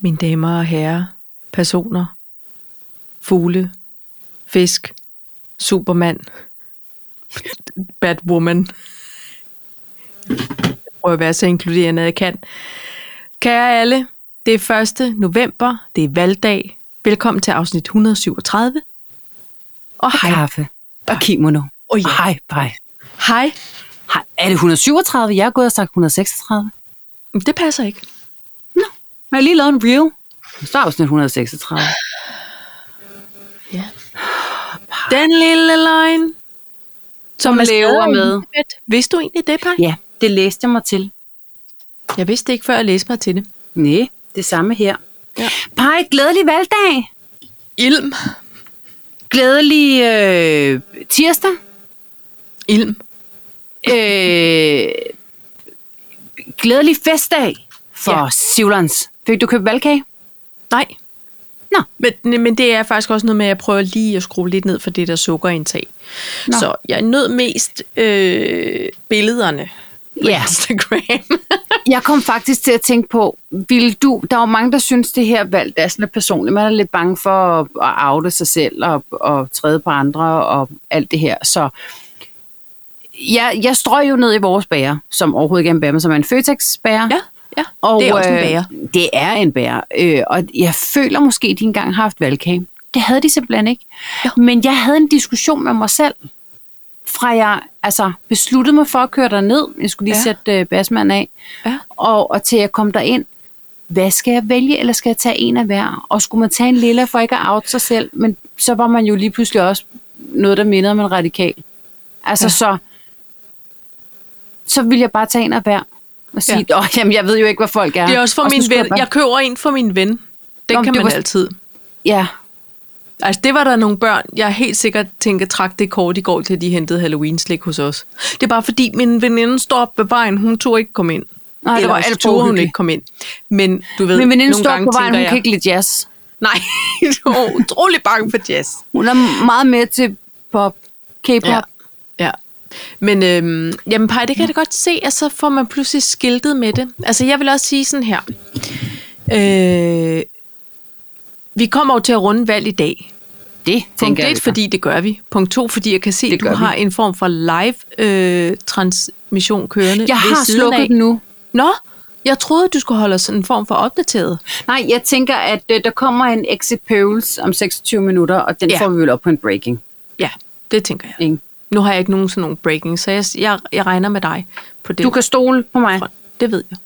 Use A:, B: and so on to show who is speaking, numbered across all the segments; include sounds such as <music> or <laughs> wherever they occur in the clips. A: mine damer og herrer, personer, fugle, fisk, Superman, Batwoman. Jeg prøver at være så inkluderende, jeg kan. Kære alle, det er 1. november, det er valgdag. Velkommen til afsnit 137. Og hej.
B: Kaffe og kimono.
A: Oh, ja.
B: Hej, hej.
A: Hej.
B: Hej. Er det 137? Jeg er gået og sagt 136.
A: Det passer ikke.
B: Men jeg har lige lavet en reel. Der står afsnit 136.
A: Den lille løgn, som
B: Hun
A: er
B: lever
A: stadig
B: med.
A: i livet. Vidste du egentlig det, Paj?
B: Ja, det læste jeg mig til.
A: Jeg vidste det ikke, før jeg læste mig til det.
B: Nej, det samme her.
A: Ja.
B: Pej, glædelig valgdag.
A: Ilm.
B: Glædelig øh, tirsdag.
A: Ilm.
B: Øh, glædelig festdag for
A: Ja.
B: ja. Sivlands. Fik du købt valgkage?
A: Nej.
B: Nå.
A: Men, men det er faktisk også noget med, at jeg prøver lige at skrue lidt ned for det der sukkerindtag. Nå.
B: Nå.
A: Så jeg nød mest øh, billederne på
B: Ja.
A: Instagram.
B: Jeg kom faktisk til at tænke på, vil du, der er jo mange, der synes, det her valg det er sådan lidt personligt. Man er lidt bange for at, at oute sig selv og, og træde på andre og alt det her. Så jeg, jeg strøg jo ned i vores bager, som overhovedet ikke er en bager, men som er en Føtex-bager.
A: <laughs> ja, ja. Og, det er også en bager.
B: Øh, det er en bager. Øh, og jeg føler måske, at de engang har haft valgkage. Det havde de simpelthen ikke.
A: Jo.
B: Men jeg havde en diskussion med mig selv, fra jeg altså, besluttede mig for at køre derned. Jeg skulle lige
A: Ja.
B: ja. sætte øh, basmanden af.
A: Ja.
B: Og, og til jeg kom derind, hvad skal jeg vælge, eller skal jeg tage en af hver? Og skulle man tage en lilla for ikke at out sig selv, men så var man jo lige pludselig også noget, der mindede om en radikal. Altså
A: Ja.
B: ja. så, så ville jeg bare tage en af hver og sige, ja. jamen jeg ved jo ikke, hvad folk er.
A: Det er også for
B: Og så
A: min
B: skulle
A: ven.
B: bare-
A: Jeg køber en for min ven. Den
B: Nå, men
A: kan
B: det
A: man
B: var-
A: altid.
B: Ja,
A: Altså, det var der nogle børn, jeg helt sikkert tænker, trak det kort i går, til de hentede Halloween-slik hos os. Det er bare fordi, min veninde står op ved vejen, hun tog ikke komme ind.
B: Nej, det
A: Eller
B: var alt for
A: turde hun
B: uhyggeligt.
A: ikke komme ind. Men du ved,
B: min veninde
A: nogle
B: står
A: gange
B: på vejen,
A: tænker
B: hun
A: jeg,
B: kan ikke lide jazz.
A: Nej, <laughs> du er utrolig bange for jazz.
B: Hun er meget med til pop, k-pop.
A: Ja.
B: Ja.
A: ja. Men øhm, jamen, Paj, det kan jeg da godt se, at så får man pludselig skiltet med det. Altså, jeg vil også sige sådan her. Øh, vi kommer jo til at runde valg i dag.
B: Det
A: Punkt
B: tænker jeg.
A: 1, fordi det gør vi. Punkt 2, fordi jeg kan se, at
B: Det
A: du
B: gør vi.
A: har en form for live-transmission kørende
B: jeg
A: ved
B: har
A: siden af.
B: slukket den nu.
A: Nå, jeg troede, du skulle holde os en form for opdateret.
B: Nej, jeg tænker, at øh, der kommer en exit polls om 26 minutter, og den
A: Ja.
B: ja. får vi vel op på en breaking.
A: Ja, det tænker jeg.
B: Ikke?
A: Nu har jeg ikke nogen sådan nogle breaking, så jeg, jeg, jeg regner med dig på det.
B: Du kan stole på mig.
A: Det ved jeg.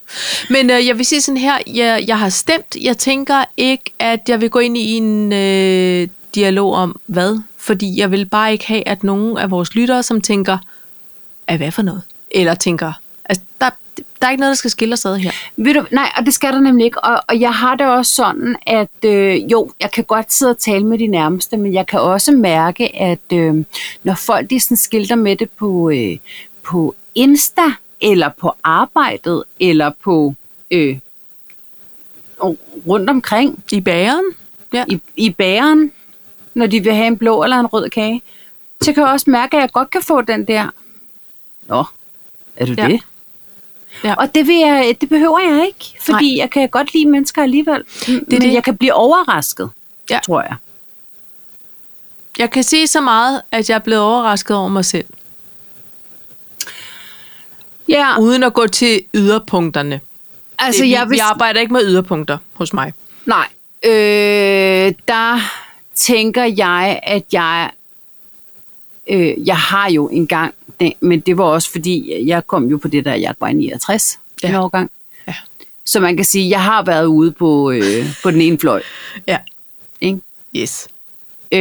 A: Men øh, jeg vil sige sådan her, jeg, jeg har stemt. Jeg tænker ikke, at jeg vil gå ind i en øh, dialog om hvad. Fordi jeg vil bare ikke have, at nogen af vores lyttere, som tænker, er hvad for noget? Eller tænker, altså, der, der er ikke noget, der skal skille os ad her.
B: Ved du, nej, og det skal der nemlig ikke. Og, og jeg har det også sådan, at øh, jo, jeg kan godt sidde og tale med de nærmeste, men jeg kan også mærke, at øh, når folk de sådan skilter med det på, øh, på Insta, eller på arbejdet, eller på øh, oh, rundt omkring
A: I bageren? Ja.
B: i, i bageren, når de vil have en blå eller en rød kage, så kan jeg også mærke, at jeg godt kan få den der. Nå, er du
A: Ja.
B: ja. det?
A: Ja.
B: Og det, vil jeg, det behøver jeg ikke, fordi Nej. jeg kan godt lide mennesker alligevel. Det, Men
A: det.
B: det. jeg kan blive overrasket,
A: Ja.
B: ja. tror jeg.
A: Jeg kan sige så meget, at jeg er blevet overrasket over mig selv.
B: Ja,
A: Uden at gå til yderpunkterne.
B: Ah. altså
A: det,
B: jeg vil...
A: jeg arbejder ikke med yderpunkter hos mig.
B: Nej, øh, der tænker jeg, at jeg... Øh, jeg har jo engang, det- men det var også fordi, jeg kom jo på det der, jeg var i 69
A: Ja.
B: ja. en årgang.
A: Ja.
B: Så man kan sige, jeg har været ude på, øh, på den ene fløj.
A: Ja.
B: Ikke?
A: Yes.
B: Øh,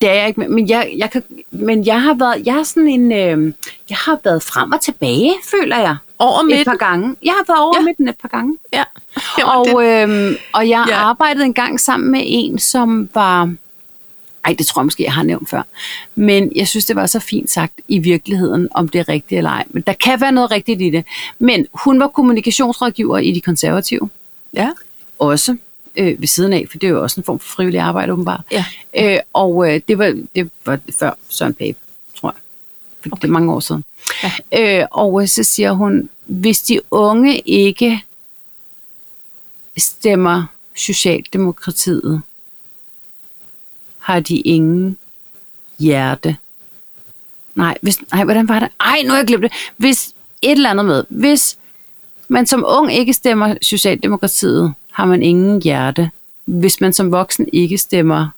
B: det er jeg ikke, men jeg, jeg, kan, men jeg har været, jeg har sådan en, øh, jeg har været frem og tilbage, føler jeg.
A: Over
B: Et
A: midten.
B: par gange. Jeg har været over
A: Ja.
B: ja. midten et par gange.
A: Ja. Jamen, det-
B: Og, øhm, og jeg
A: Ja.
B: ja. arbejdede engang sammen med en, som var... Ej, det tror jeg måske, jeg har nævnt før. Men jeg synes, det var så fint sagt i virkeligheden, om det er rigtigt eller ej. Men der kan være noget rigtigt i det. Men hun var kommunikationsrådgiver i De Konservative
A: Ja.
B: også øh, ved siden af, for det er jo også en form for frivillig arbejde, åbenbart.
A: Ja.
B: Øh, og øh, det, var, det var før Søren Pape, tror jeg. For okay. Det er mange år siden. Ja. Øh, og øh, så siger hun, hvis de unge ikke stemmer Socialdemokratiet har de ingen hjerte. Nej, hvis, nej, hvordan var det? Ej, nu har jeg glemt det. Hvis et eller andet med, hvis man som ung ikke stemmer Socialdemokratiet, har man ingen hjerte. Hvis man som voksen ikke stemmer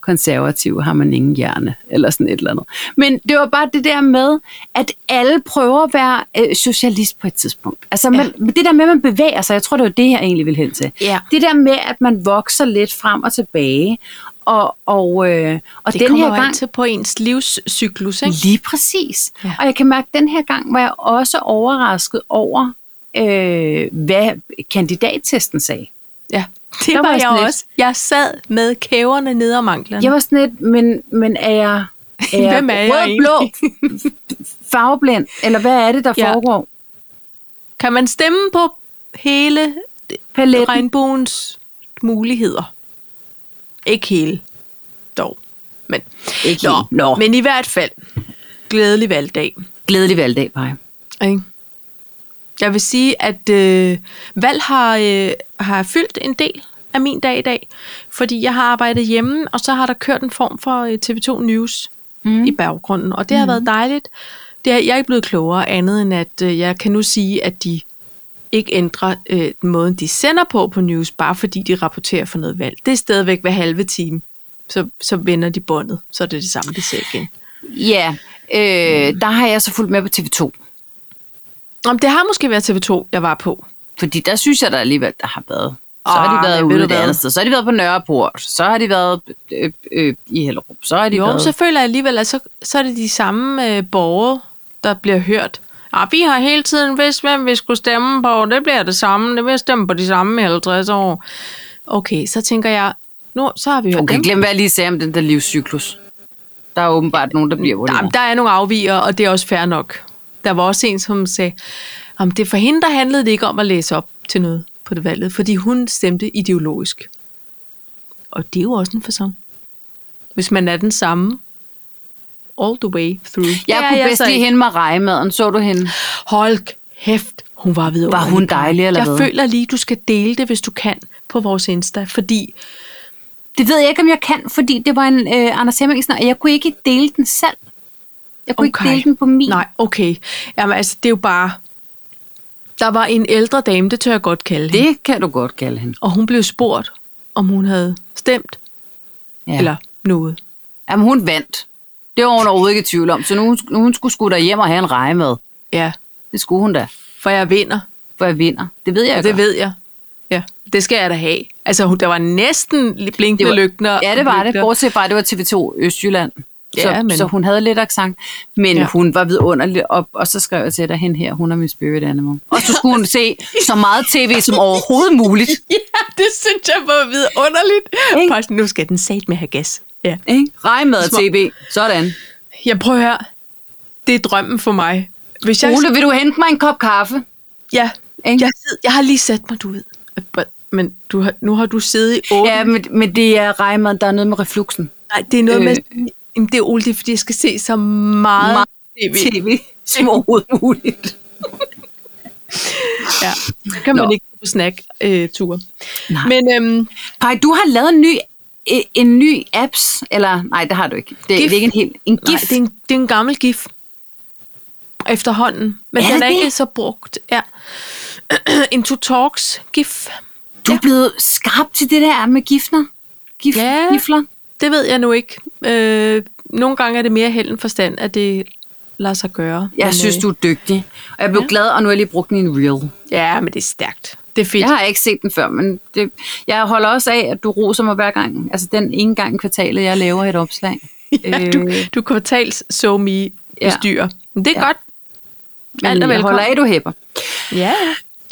B: konservativ, har man ingen hjerne, eller sådan et eller andet. Men det var bare det der med, at alle prøver at være øh, socialist på et tidspunkt. Altså man, ja. det der med, at man bevæger sig, jeg tror, det var det, jeg egentlig ville hen til.
A: Ja.
B: Det der med, at man vokser lidt frem og tilbage, og, og, øh, og
A: Det
B: den
A: kommer
B: her
A: jo
B: gang...
A: an til på ens livscyklus, ikke?
B: Lige præcis.
A: Ja.
B: Ja. Og jeg kan mærke, at den her gang var jeg også overrasket over, øh, hvad kandidattesten sagde.
A: Ja, det
B: Der
A: var,
B: var
A: jeg
B: sådan lidt-
A: også. Jeg sad med kæverne nede om anklerne.
B: Jeg var sådan lidt, men, men er jeg, er jeg
A: Hvem er jeg
B: rød-blå <laughs> farveblind? Eller hvad er det, der
A: Ja.
B: ja. foregår?
A: <laughs> Kan man stemme på hele
B: Paletten.
A: regnbuens muligheder? Ikke hele, dog. Men,
B: Ikke
A: nå,
B: helt. Nå.
A: men i hvert fald, glædelig valgdag.
B: Glædelig valgdag, Paj.
A: Ikke? Jeg vil sige, at øh, valg har, øh, har fyldt en del af min dag i dag, fordi jeg har arbejdet hjemme, og så har der kørt en form for øh, TV2 News mm. i baggrunden, og det har været dejligt. Det er, jeg er ikke blevet klogere andet end, at øh, jeg kan nu sige, at de ikke ændrer øh, den måde, de sender på på News, bare fordi de rapporterer for noget valg. Det er stadigvæk hver halve time, så, så vender de båndet, så er det det samme, de ser igen.
B: Ja, øh, der har jeg så fulgt med på TV2.
A: Om det har måske været TV2, jeg var på.
B: Fordi der synes jeg, der alligevel der har været. Så
A: Ah,
B: har de været
A: men ved
B: ude
A: du
B: det
A: hvad?
B: andet sted. Så har de været på Nørreport. Så har de været øh, øh, i Hellerup. Så har de
A: Jo,
B: været...
A: så føler jeg alligevel, at så, så er det de samme øh, borgere, der bliver hørt. Ah, vi har hele tiden vidst, hvem vi skulle stemme på. Det bliver det samme. Det bliver stemme på de samme i 50 år. Okay, så tænker jeg, nu så har vi hørt
B: Okay,
A: dem.
B: glem hvad jeg lige sagde om den der livscyklus. Der er åbenbart nogen, der bliver
A: Der,
B: vundet.
A: der er nogle afviger, og det er også fair nok. Der var også en, som sagde, om det for hende, der handlede det ikke om at læse op til noget på det valget, fordi hun stemte ideologisk. Og det er jo også en fasong. Hvis man er den samme all the way through.
B: Jeg
A: Det er
B: kunne bedst
A: så
B: lide
A: ikke.
B: hende med rejemaden. Så du hende?
A: Hold kæft, hun var ved
B: Var hun dejlig, eller
A: Jeg
B: hvad?
A: føler lige, du skal dele det, hvis du kan, på vores Insta, fordi
B: Det ved jeg ikke, om jeg kan, fordi det var en øh, Anders Hemmingsen, og jeg kunne ikke dele den selv. Jeg kunne okay.
A: Okay.
B: ikke dele den på min.
A: Nej, okay. Jamen altså, det er jo bare... Der var en ældre dame, det tør jeg godt kalde hende,
B: Det kan du godt kalde hende.
A: og hun blev spurgt, om hun havde stemt ja.
B: Ja.
A: eller noget.
B: Jamen, hun vandt. Det var hun overhovedet ikke i tvivl om, så nu, hun sk- nu hun skulle skulle hjem og have en rejemad.
A: Ja,
B: Det skulle hun da,
A: for jeg vinder,
B: for jeg vinder. Det ved jeg
A: og
B: godt.
A: det ved jeg. Ja, det skal jeg da have. Altså, hun, der var næsten blinkende
B: Det var-
A: lygter.
B: Ja, det var det.
A: lygter.
B: Bortset fra, at det var TV2 Østjylland. Så,
A: Ja,
B: ja,
A: men-
B: men... så hun havde lidt accent, men
A: Ja.
B: ja. hun var vidunderlig, og, og så skrev jeg til dig hen her, hun er min spirit animal. Og så skulle hun se så meget tv som overhovedet
A: <laughs>
B: muligt.
A: Ja, <laughs> det synes jeg var vidunderligt.
B: Ikke?
A: Faktisk, nu skal den sat med have gas. Ja.
B: Ikke? Regnmad
A: Små-
B: tv, sådan.
A: Jeg prøver at høre. Det er drømmen for mig. Hvis jeg,
B: Ole, vil du hente mig en kop kaffe?
A: ja,
B: Ikke?
A: jeg, sid- jeg har lige sat mig, du ved. Men du har, nu har du siddet i otte.
B: Ja, men, men det er regnmad, der er noget med refluxen.
A: Nej, det er noget øh, med... Jamen, det er Ole, det er, fordi jeg skal se så meget,
B: Meget
A: tv.
B: TV som overhovedet muligt.
A: Ja. Så kan man
B: Nå.
A: ikke gå på snack-ture.
B: Nej.
A: Men øhm,
B: Paj, du har lavet en ny, e- en ny apps, eller nej, det har du ikke. Det, det
A: GIF.
B: er ikke en helt, en
A: nej,
B: gif.
A: det, er en, det er en gammel gif efterhånden. Men
B: Er
A: den
B: det
A: er
B: det?
A: ikke så brugt. Ja. <clears throat> en to talks gif.
B: Du er blevet skarp til det der med gifner. Gif,
A: Ja.
B: Gifler.
A: Det ved jeg nu ikke. Øh, nogle gange er det mere held end forstand, at det lader sig gøre.
B: Jeg
A: Men,
B: synes,
A: øh,
B: du er dygtig. Og jeg blev ja. glad, og nu har jeg lige brugt den i en reel.
A: Ja, men det er stærkt. Det er fedt.
B: Jeg har ikke set den før, men det, jeg holder også af, at du roser mig hver gang. Altså den ene gang i kvartalet, jeg laver et opslag.
A: <laughs>
B: Øh,
A: Ja, du, du er kvartals so me bestyrer. Men det er
B: Ja.
A: godt. alt
B: men
A: er
B: jeg
A: velkommen.
B: holder af, du hæpper.
A: Ja, ja.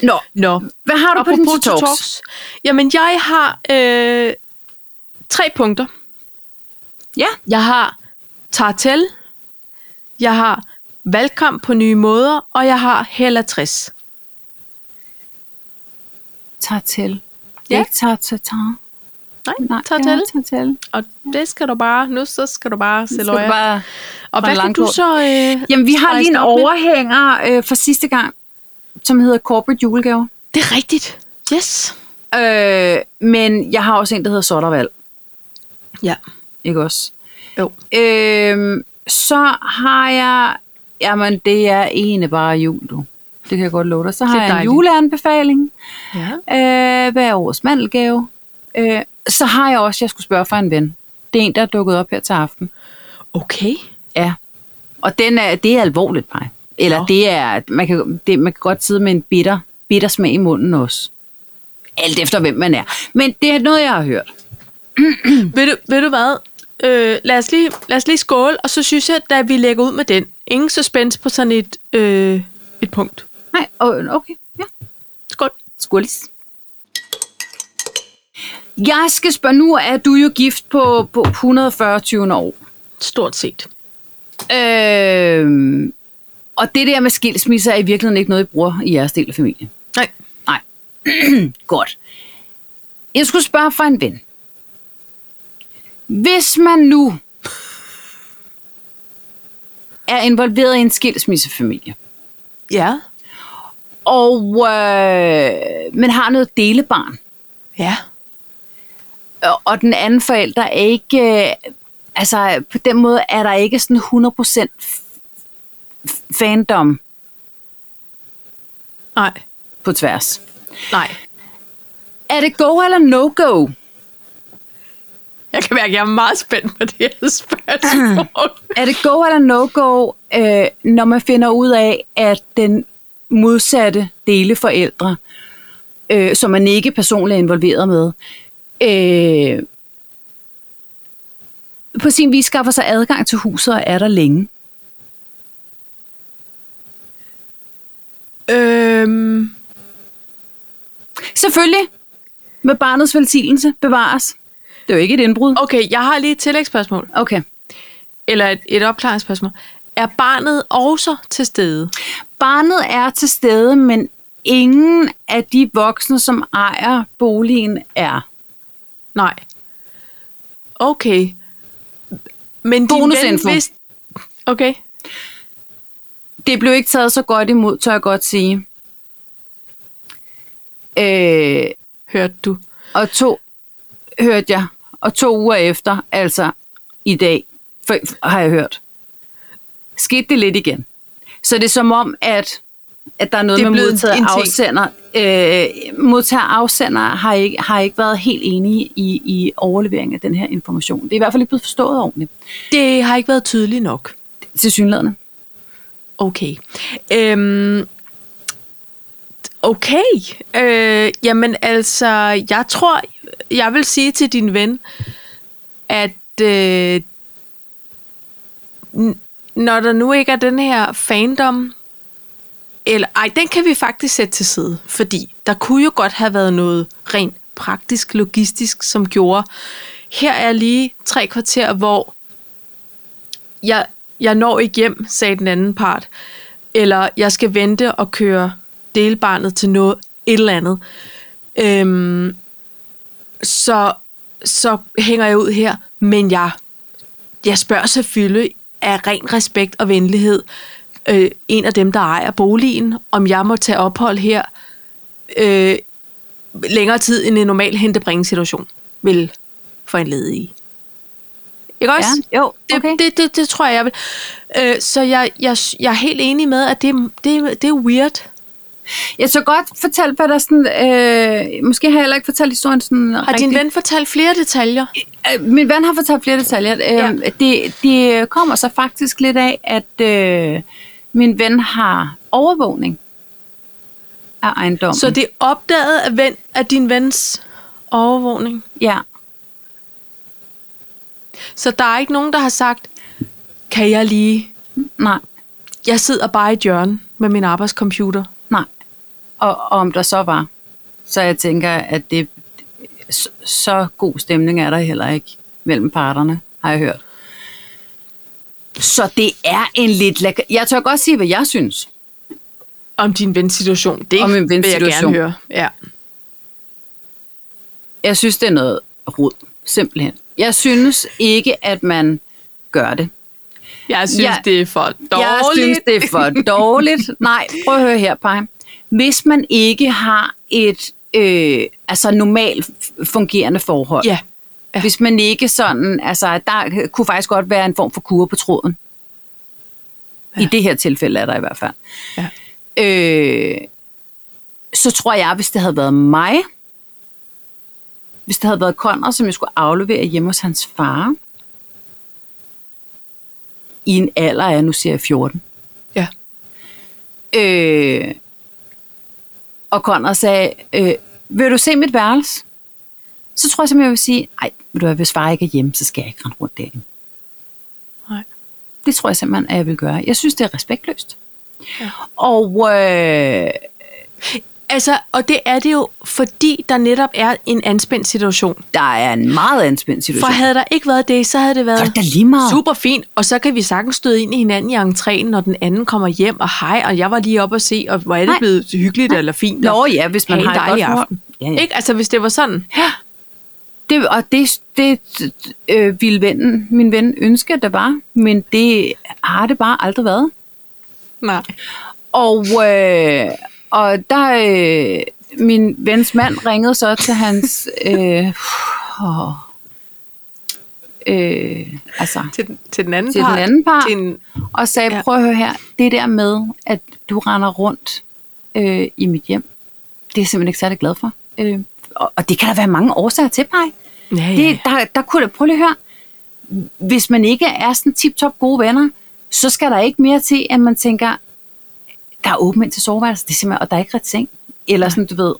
B: Nå,
A: Nå,
B: hvad har du på din
A: apropos
B: to
A: to
B: talks?
A: talks. Jamen, jeg har øh, tre punkter.
B: Ja,
A: Jeg har Tartel, jeg har valgkamp på nye måder, og jeg har Hella 60.
B: tager til.
A: Ja.
B: Ja. Ikke tager til tager.
A: Nej,
B: Nej,
A: Mm, Tartel.
B: Ja, tager til.
A: Og det skal du bare, nu så skal du bare se
B: Skal du
A: løje.
B: bare...
A: Og
B: fra
A: hvad
B: en
A: kan
B: lang
A: du
B: kort?
A: så... Øh,
B: Jamen, vi har
A: strejse
B: lige en
A: dig op med?
B: overhænger øh, fra sidste gang, som hedder Corporate Julegaver.
A: Det er rigtigt. Yes.
B: Øh, men jeg har også en, der hedder Sottervald,
A: Ja.
B: ikke også?
A: Jo.
B: Øh, så har jeg... Jamen, det er ene bare jul, du. Det kan jeg godt love dig. Så har
A: Det er
B: jeg
A: dejligt.
B: en juleanbefaling.
A: Ja.
B: Øh, hvad er årets mandelgave? Øh, så har jeg også, jeg skulle spørge for en ven. Det er en, der er dukket op her til aften.
A: Okay.
B: Ja. Og den er, det er alvorligt, mig. Eller
A: Nå.
B: det er, man kan, det, man kan godt sidde med en bitter, bitter smag i munden også. Alt efter, hvem man er. Men det er noget, jeg har hørt.
A: Ved du, ved du hvad? Øh, lad, os lige, lad os lige skåle, og så synes jeg, at vi lægger ud med den. Ingen suspense på sådan et, øh, et punkt.
B: Nej, og- okay. Ja.
A: Skål.
B: Skålis. Jeg skal spørge, nu er du jo gift på, på 140. 20. år.
A: Stort set.
B: Øhm, og det der med skilsmisser er i virkeligheden ikke noget, I bruger i jeres del af familien.
A: Nej.
B: Nej. <clears throat> Godt. Jeg skulle spørge for en ven. Hvis man nu er involveret i en skilsmissefamilie,
A: Ja.
B: og øh, man har noget delebarn,
A: Ja.
B: og- og den anden forælder er ikke... Øh, altså, på den måde er der ikke sådan 100% f- f- fandom
A: Nej.
B: på tværs.
A: Nej.
B: Er det go eller no-go?
A: Jeg kan mærke, at jeg er meget spændt på det her <laughs> spørgsmål.
B: Er det go eller no-go, øh, når man finder ud af, at den modsatte deleforældre, øh, som man ikke personligt er involveret med, øh, på sin vis skaffer sig adgang til huset og er der længe?
A: øhm,
B: Selvfølgelig. Med barnets velsignelse bevares. Det er jo ikke et indbrud.
A: okay, jeg har lige et tillægsspørgsmål.
B: Okay.
A: Eller et, et opklaringsspørgsmål. Er barnet også til stede?
B: Barnet er til stede, men ingen af de voksne, som ejer boligen, er.
A: Nej. Okay. Men din ven
B: Bonusinfo.
A: vidste... Okay.
B: Det blev ikke taget så godt imod, tør jeg godt sige. Øh,
A: Hørte du?
B: og to, hørte jeg, og to uger efter, altså i dag, for, har jeg hørt, skete det lidt igen. Så det er som om, at, at der er noget
A: Det
B: det
A: er
B: er med
A: blevet
B: modtager
A: en
B: og
A: ting.
B: afsender. Øh, modtager og afsender har ikke, har ikke været helt enige i, i overleveringen af den her information. Det er i hvert fald ikke blevet forstået ordentligt,
A: Det har ikke været tydeligt nok.
B: til synlædende.
A: Okay. Øhm, okay. Øh, jamen altså, jeg tror, jeg vil sige til din ven, at øh, n- når der nu ikke er den her fandom, eller ej, den kan vi faktisk sætte til side, fordi der kunne jo godt have været noget rent praktisk, logistisk, som gjorde, her er lige tre kvarter, hvor jeg, jeg når ikke hjem, sagde den anden part. Eller jeg skal vente og køre delbarnet til noget, et eller andet. Øhm, så, så hænger jeg ud her, men jeg, jeg spørger selvfølgelig af ren respekt og venlighed øh, en af dem, der ejer boligen, om jeg må tage ophold her øh, længere tid end en normal hentebringssituation vil for en ledig i. Ikke også?
B: Ja, jo,
A: Det, okay. det, det, det tror jeg, jeg vil. Øh, så jeg, jeg, jeg er helt enig med, at det, det, det er weird.
B: Jeg så godt fortælle, hvad der sådan... Øh, måske har jeg heller ikke fortalt historien sådan
A: Har din ven fortalt flere detaljer?
B: Øh, min ven har fortalt flere detaljer. Øh,
A: Ja.
B: ja. det, det kommer så faktisk lidt af, at øh, min ven har overvågning af ejendommen.
A: Så det er opdaget af, ven, af din vens overvågning.
B: ja.
A: Så der er ikke nogen, der har sagt, kan jeg lige...
B: Nej,
A: Jeg sidder bare i et hjørne med min arbejdscomputer.
B: nej. Og, og om der så var, så jeg tænker, at det så, så god stemning er der heller ikke mellem parterne, har jeg hørt. Så det er en lidt lækker... Jeg tør godt sige, hvad jeg synes.
A: Om din vens situation. Det
B: Om min vens
A: vil jeg
B: situation.
A: gerne høre. Ja.
B: Jeg synes, det er noget rod, simpelthen. Jeg synes ikke, at man gør det.
A: Jeg synes,
B: Ja.
A: det er for dårligt.
B: Jeg synes, det er for dårligt. Nej, prøv at høre her, Paj. Hvis man ikke har et øh, altså normalt fungerende forhold.
A: Ja.
B: Ja. Hvis man ikke sådan, altså der kunne faktisk godt være en form for kur på tråden. Ja. I det her tilfælde er der i hvert fald.
A: Ja.
B: Øh, så tror jeg, hvis det havde været mig, hvis det havde været Conrad, som jeg skulle aflevere hjemme hos hans far, i en alder af, nu siger jeg 14.
A: Ja.
B: Øh, og Conrad sagde, øh, vil du se mit værelse? Så tror jeg simpelthen, jeg vil sige, nej, vil du hvad, hvis far ikke er hjemme, så skal jeg ikke rende rundt derinde.
A: Nej.
B: Det tror jeg simpelthen, at jeg vil gøre. Jeg synes, det er respektløst.
A: Ja.
B: Og øh,
A: Altså, og det er det jo, fordi der netop er en anspændt situation.
B: der er en meget anspændt
A: For
B: situation.
A: havde der ikke været det, så havde det været...
B: Så er det da lige meget.
A: Super fint, og så kan vi sagtens støde ind i hinanden i entréen, når den anden kommer hjem, og hej, og jeg var lige oppe og se, og hvor er det
B: Nej.
A: blevet hyggeligt eller fint.
B: Nå
A: og
B: ja, hvis man
A: have
B: har
A: en
B: et
A: dejlig
B: godt forhold.
A: aften.
B: Ja, ja.
A: Ikke? Altså, hvis det var sådan.
B: Det, og det, det øh, ville vennen, min ven ønske, at der var, men det har det bare aldrig været.
A: Nej.
B: Og, øh, og der, øh, min vens mand ringede så til hans, øh, åh, øh, altså,
A: Til, den- til den anden
B: Til den
A: part.
B: anden part.
A: Til en,
B: og sagde,
A: Ja.
B: prøv at høre her, det der med, at du render rundt øh, i mit hjem, det er jeg simpelthen ikke særlig glad for. Øh, og, og det kan der være mange årsager til, Paj.
A: ja, ja,
B: Det,
A: ja.
B: der, der kunne da, prøv lige at høre, hvis man ikke er sådan tip-top gode venner, så skal der ikke mere til, at man tænker, der er åbent ind til soveværelset, det er simpelthen, og der er ikke ret seng. Eller sådan, du ved,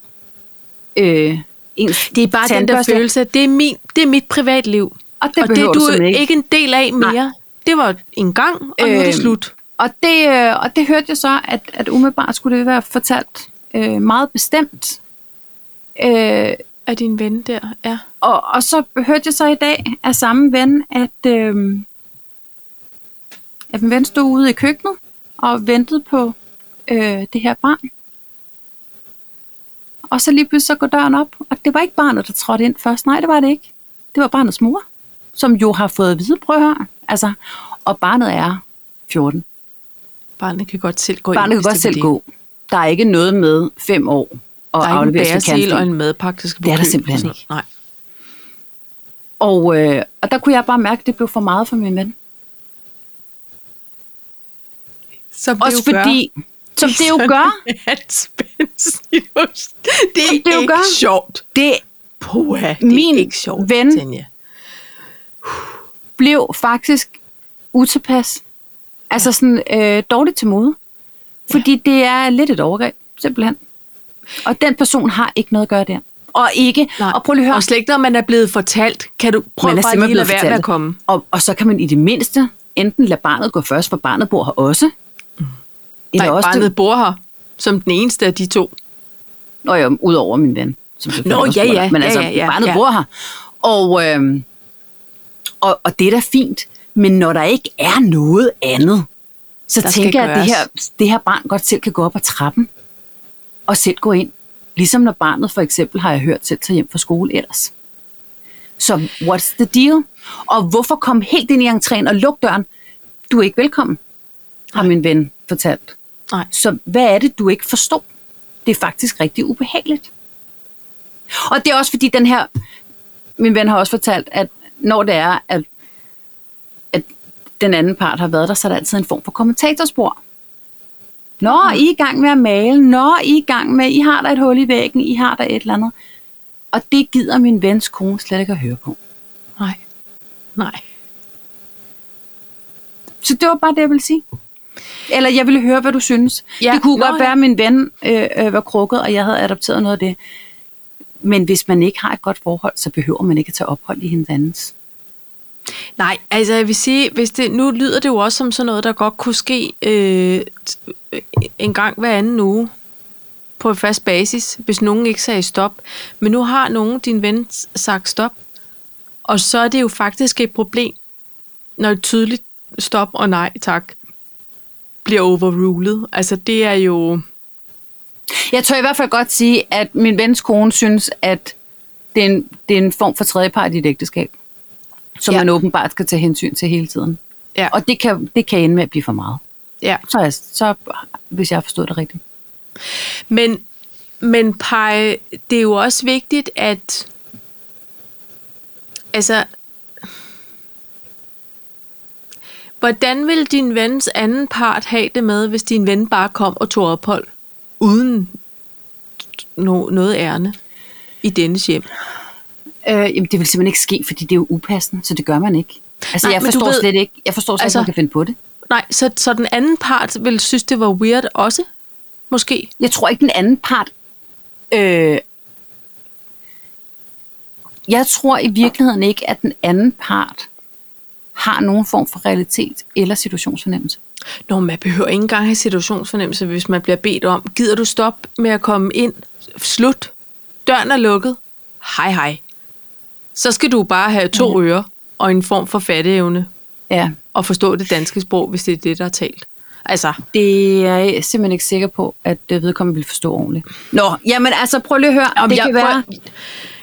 B: øh, ens
A: Det er bare den der
B: tandbørste.
A: følelse, at det er, min, det er mit privatliv.
B: Og det
A: og det er
B: behøver du
A: du
B: simpelthen ikke.
A: ikke en del af mere. Nej. Det var en gang, og nu er det
B: Øhm,
A: slut.
B: Og det, øh, og det hørte jeg så, at, at umiddelbart skulle det være fortalt øh, meget bestemt. Øh,
A: Af din ven der, ja.
B: og, og så hørte jeg så i dag af samme ven, at, øh, at min ven stod ude i køkkenet og ventede på øh, det her barn. Og så lige pludselig så går døren op, og det var ikke barnet, der trådte ind først. Nej, det var det ikke. Det var barnets mor, som jo har fået at vide, prøv at høre. Altså, og barnet er 14.
A: Barnet kan godt selv gå ind,
B: Barnet kan
A: hvis
B: godt
A: det vil
B: selv
A: det.
B: gå. Der er ikke noget med fem år og
A: Der er ikke en
B: aflevere til
A: bæresel og
B: kantsten.
A: en madpakke, der skal på
B: Det er der
A: køb og
B: simpelthen
A: sådan noget.
B: ikke.
A: Nej.
B: Og, øh, og der kunne jeg bare mærke, at det blev for meget for min ven.
A: Som
B: Også
A: det jo
B: fordi, som det
A: <laughs>
B: jo gør,
A: Gør. det er
B: Som det jo
A: ikke
B: gør.
A: sjovt.
B: det
A: Puha, det
B: Min
A: er ikke sjovt,
B: ven-
A: Tanja.
B: blev faktisk utilpas. Altså sådan øh, dårligt til mode. Fordi ja. det er lidt et overgreb, simpelthen. Og den person har ikke noget at gøre der. Og ikke, Nej. og prøv lige at høre,
A: Og slet ikke, når man er blevet fortalt. Kan du prøve
B: man er
A: bare lige at
B: simpelthen
A: lade
B: blevet
A: være med
B: fortalt.
A: at komme?
B: Og, og så kan man i det mindste enten lade barnet gå først, for barnet bor her også. Eller
A: Mm. Nej,
B: også
A: barnet bor her som den eneste af de to.
B: Nå ja, udover min ven. Som selvfølgelig
A: Nå,
B: også
A: ja,
B: bor der.
A: ja,
B: Men
A: ja,
B: altså,
A: ja, ja,
B: barnet
A: ja.
B: bor her. Og, øhm, og, og det er da fint. Men når der ikke er noget andet, så
A: Der
B: der
A: skal
B: tænker jeg, at det
A: gøres.
B: her, det her barn godt selv kan gå op ad trappen og selv gå ind. Ligesom når barnet for eksempel, har jeg hørt, selv tager hjem fra skole ellers. Så what's the deal? Og hvorfor kom helt ind i entréen og luk døren? Du er ikke velkommen, har min ven fortalt.
A: Nej.
B: Så hvad er det, du ikke forstår? Det er faktisk rigtig ubehageligt. Og det er også fordi den her, min ven har også fortalt, at når det er, at, at den anden part har været der, så er der altid en form for kommentatorspor. Nå, I er i gang med at male. Nå, I er i gang med, I har der et hul i væggen. I har der et eller andet. Og det gider min vens kone slet ikke at høre på.
A: Nej. Nej.
B: Så det var bare det, jeg ville sige. Eller jeg ville høre, hvad du synes.
A: Ja,
B: Ja, det kunne
A: nå,
B: godt
A: ja.
B: være, at min ven øh, øh, var krukket, og jeg havde adopteret noget af det. Men hvis man ikke har et godt forhold, så behøver man ikke at tage ophold i hendes andens.
A: Nej, altså jeg vil sige, hvis det, nu lyder det jo også som sådan noget, der godt kunne ske øh, t- øh, en gang hver anden uge på en fast basis, hvis nogen ikke sagde stop. Men nu har nogen, din ven, s- sagt stop, og så er det jo faktisk et problem, når et tydeligt stop og nej tak bliver overrulet. Altså det er jo...
B: Jeg tør i hvert fald godt sige, at min vens kone synes, at det er en, det er en form for tredjepart i et ægteskab, som
A: Ja.
B: ja. man åbenbart skal tage hensyn til hele tiden.
A: Ja,
B: Og det kan, det kan ende med at blive for meget.
A: ja.
B: Så, er jeg- så hvis jeg har forstået det rigtigt.
A: Men, Men pege, det er jo også vigtigt, at altså, hvordan vil din vens anden part have det med, hvis din ven bare kom og tog ophold uden no, noget ærne i dennes hjem?
B: Øh, jamen, det vil simpelthen ikke ske, fordi det er jo upassende, så det gør man ikke. Altså,
A: Nej,
B: Nej, jeg
A: men du
B: forstår
A: ved-
B: slet ikke, jeg forstår slet
A: Altså-
B: altså, ikke, man kan finde på det.
A: Nej, så, så den anden part vil synes, det var weird også, måske.
B: Jeg tror ikke, den anden part... Øh, jeg tror i virkeligheden ikke, at den anden part har nogen form for realitet eller situationsfornemmelse.
A: Nå, man behøver ikke engang have situationsfornemmelse, hvis man bliver bedt om, gider du stoppe med at komme ind? Slut. Døren er lukket. Hej hej. Så skal du bare have to ører og en form for fatteevne
B: Ja,
A: og forstå det danske sprog, hvis det er det, der er talt. Altså,
B: det er jeg simpelthen ikke sikker på, at øh, vedkommende vil forstå ordentligt. Nå, jamen altså, prøv lige at høre. Om det
A: jeg
B: kan
A: prøver-
B: være,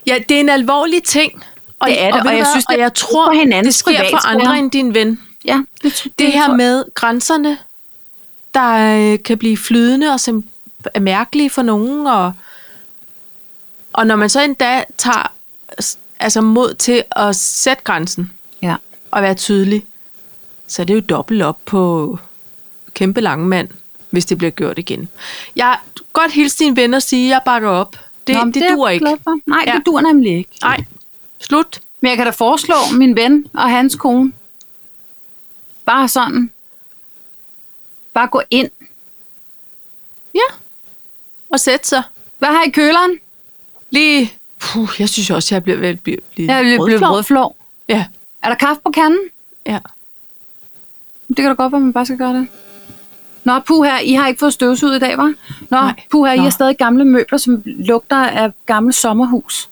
A: Ja, det er en alvorlig ting. Og,
B: Det er det,
A: og, ved
B: og
A: du
B: jeg
A: hvad?
B: synes, det
A: og
B: er
A: jeg
B: brug
A: tror,
B: for
A: det
B: hinandens
A: sker for
B: privatsfære.
A: andre end din ven.
B: ja, det, det,
A: Det her
B: tror-
A: med grænserne, der øh, kan blive flydende og som er mærkelige for nogen. Og, og når man så endda tager s- altså mod til at sætte grænsen
B: Ja,
A: og være tydelig, så er det jo dobbelt op på kæmpe lange mand, hvis det bliver gjort igen. Jeg godt hilse din ven og sige, at jeg bakker op. Det,
B: Nå,
A: Nå,
B: men
A: det, det
B: er jeg
A: dur
B: glad
A: ikke.
B: for. Nej, ja.
A: Ja.
B: det dur nemlig ikke.
A: Nej, slut.
B: Men jeg kan da foreslå min ven og hans kone. Bare sådan. Bare gå ind.
A: Ja. Og sætte sig.
B: Hvad har I i køleren?
A: Lige... Puh, jeg synes også, jeg bliver ved at blive, blive
B: Jeg er blevet
A: rødflov.
B: rødflår.
A: Ja,
B: Er der kaffe på kanden?
A: ja.
B: Det kan da godt være, man bare skal gøre det. Nå, puha, I har ikke fået støvsud i dag, var? Nå,
A: Nej.
B: puha, I
A: Nå.
B: har stadig gamle møbler, som lugter af gamle sommerhus.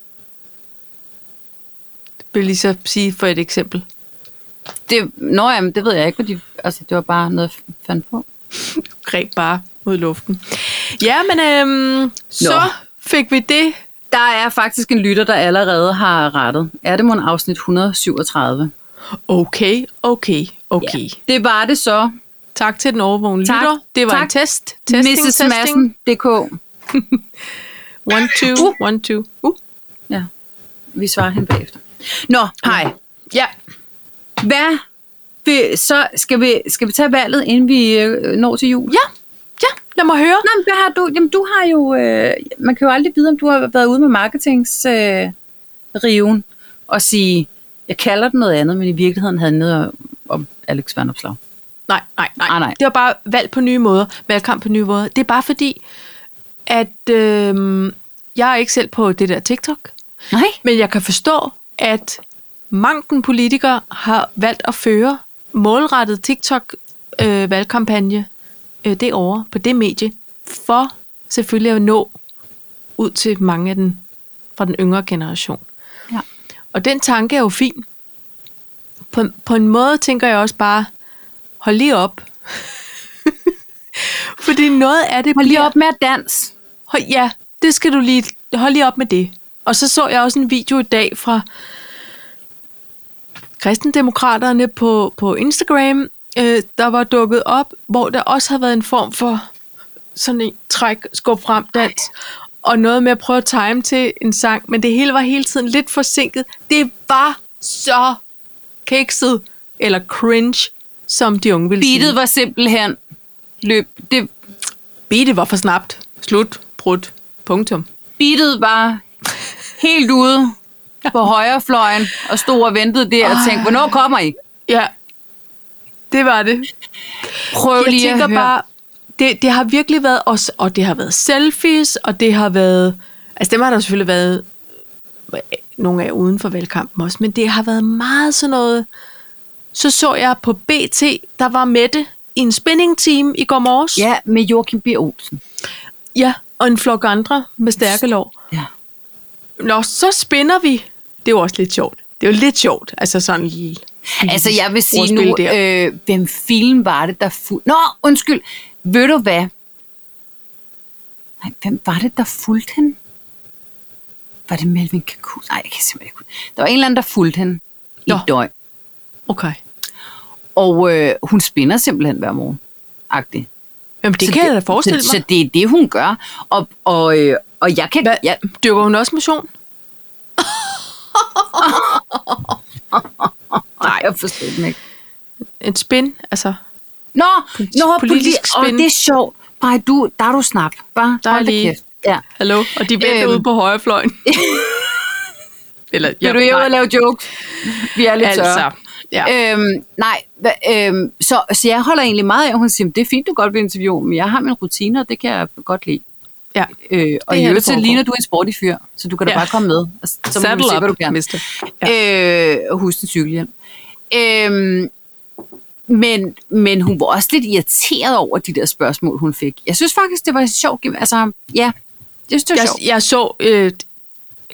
A: vil lige så sige for et eksempel.
B: Det, nå, jamen, det ved jeg ikke, fordi altså, det var bare noget, jeg fandt på.
A: Greb bare ud i luften. Ja, men øhm, så
B: Nå.
A: fik vi det.
B: Der er faktisk en lytter, der allerede har rettet. Er det mon afsnit 137?
A: Okay, okay, okay. Ja.
B: Det var det så.
A: Tak til den overvågne
B: Tak.
A: lytter. Det var
B: Tak.
A: en test. Testing,
B: Mrs.
A: testing.
B: Madsen, DK.
A: One, two, uh. one, two. Uh.
B: Ja, vi svarer hende bagefter. Nå, hej.
A: Ja,
B: Hvad? Vi, så skal vi, skal vi tage valget, inden vi øh, når til jul?
A: ja, ja. Lad mig høre.
B: Nå, men hvad har du? Jamen, du har jo... Øh, man kan jo aldrig vide, om du har været ude med marketingsriven øh, riven og sige, jeg kalder det noget andet, men i virkeligheden handler det om- om Alex Van Opslag.
A: Nej, nej, nej.
B: Ah, nej.
A: Det var bare valg på nye måder, valgkamp på nye måder. Det er bare fordi, at øh, jeg er ikke selv på det der TikTok,
B: Nej.
A: men jeg kan forstå, at manken politikere har valgt at føre målrettet TikTok-valgkampagne øh, det over på det medie, for selvfølgelig at nå ud til mange af den fra den yngre generation.
B: Ja.
A: Og den tanke er jo fin. På, på en måde tænker jeg også bare, hold lige op. <laughs> Fordi noget af det
B: Hold lige op med at danse.
A: Hold, ja, det skal du lige... Hold lige op med det. Og så så jeg også en video i dag fra kristendemokraterne på, på Instagram, øh, der var dukket op, hvor der også har været en form for sådan en træk, skub frem dans, og noget med at prøve at time til en sang, men det hele var hele tiden lidt forsinket. Det var så kikset, eller cringe, som de unge ville sige.
B: Beatet var simpelthen løb. Det,
A: Beatet var for snabt. Slut. Brud. Punktum.
B: beatet var helt ude
A: <laughs>
B: på højrefløjen og stod og ventede der og tænkte, hvornår kommer I?
A: Ja, det var det.
B: Prøv
A: Jeg
B: lige
A: tænker
B: at høre.
A: bare, det, det har virkelig været os, og det har været selfies, og det har været, altså dem har der selvfølgelig været øh, nogle af uden for valgkampen også, men det har været meget sådan noget, så så jeg på BT, der var Mette i en spinning team i går morges,
B: Ja, med Joachim B. Olsen.
A: ja og en flok andre med stærke lår.
B: Ja.
A: Nå, så spinner vi. Det var også lidt sjovt. Det var lidt sjovt, altså sådan lige.
B: Altså, jeg vil sige
A: ordspil
B: nu,
A: der.
B: øh, hvem filen var det, der fulgte... Nå, undskyld. Ved du hvad? Nej, hvem var det, der fulgte hende? Var det Melvin Kakus? Nej, jeg kan simpelthen ikke... huske. Der var en eller anden, der fulgte hende i
A: Nå.
B: et døgn.
A: Okay.
B: Og øh, hun spinder simpelthen hver morgen. Agtigt.
A: Jamen, det
B: Så
A: kan jeg da forestille
B: så,
A: mig.
B: Så det er det, hun gør. Og, og, øh, Og jeg kan...
A: <laughs> Hvad?
B: Jeg,
A: Dyrker hun også motion?
B: nej, jeg forstår den ikke.
A: En spin? Altså,
B: Nå,
A: Polit-
B: nå
A: politisk
B: politisk, og
A: spin.
B: det er sjovt. Bare du, der er du snap. Bare,
A: Der er
B: hold da
A: lige-
B: kæft. Ja.
A: hallo? Og de venter
B: Øhm.
A: øhm. ude på højrefløjen. <laughs> Eller,
B: Vil du jo
A: nej,
B: ud og lave jokes? Vi er lidt
A: Altså,
B: tørre.
A: ja.
B: Øhm, nej, hva, øhm, så, så jeg holder egentlig meget af, at hun siger, det er fint, du godt vil interviewe, men jeg har mine rutiner, og det kan jeg godt lide.
A: ja.
B: Øh, og
A: Det
B: i
A: her,
B: øvrigt,
A: det
B: så
A: foregår.
B: ligner du en sporty fyr, så du kan da
A: Ja.
B: bare komme med. Og så så må
A: Saddle
B: du se,
A: up,
B: hvad du gerne.
A: mister.
B: Ja. Øh, husk din cykelhjelm. Øhm, men, men hun var også lidt irriteret over de der spørgsmål, hun fik. Jeg synes faktisk, det var sjovt. gennem- Altså, ja, jeg synes, det var
A: Jeg,
B: sjovt.
A: jeg så øh,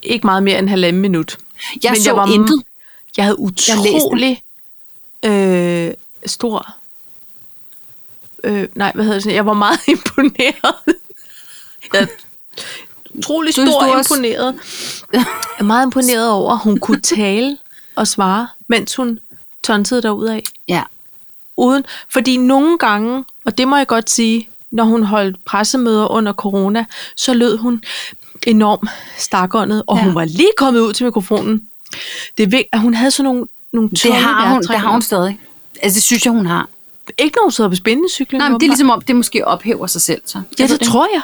A: ikke meget mere end halvanden minut.
B: Jeg
A: men
B: så
A: jeg var-
B: intet.
A: Jeg havde
B: Jeg læste den.
A: utrolig øh, stor... Øh, nej, hvad hedder det? Jeg var meget <laughs> imponeret. Jeg er utrolig
B: Du er
A: stor
B: stor-
A: imponeret. Jeg er meget imponeret over, at hun <laughs> kunne tale og svare, mens hun tonsede derudad.
B: Ja,
A: Uden, fordi nogle gange, og det må jeg godt sige, når hun holdt pressemøder under corona, så lød hun enormt stakåndet, og
B: Ja.
A: ja. hun var lige kommet ud til mikrofonen. Det er vigtigt, at hun havde sådan nogle, nogle
B: det
A: tunge
B: har, hun, det
A: vejrtrækninger.
B: har hun stadig. Altså, det synes jeg, hun har.
A: Ikke når hun sidder på spændecyklen.
B: Nej, men det er ligesom om, det måske ophæver sig selv. Så.
A: Ja,
B: Jeg ved
A: det
B: ikke.
A: tror jeg.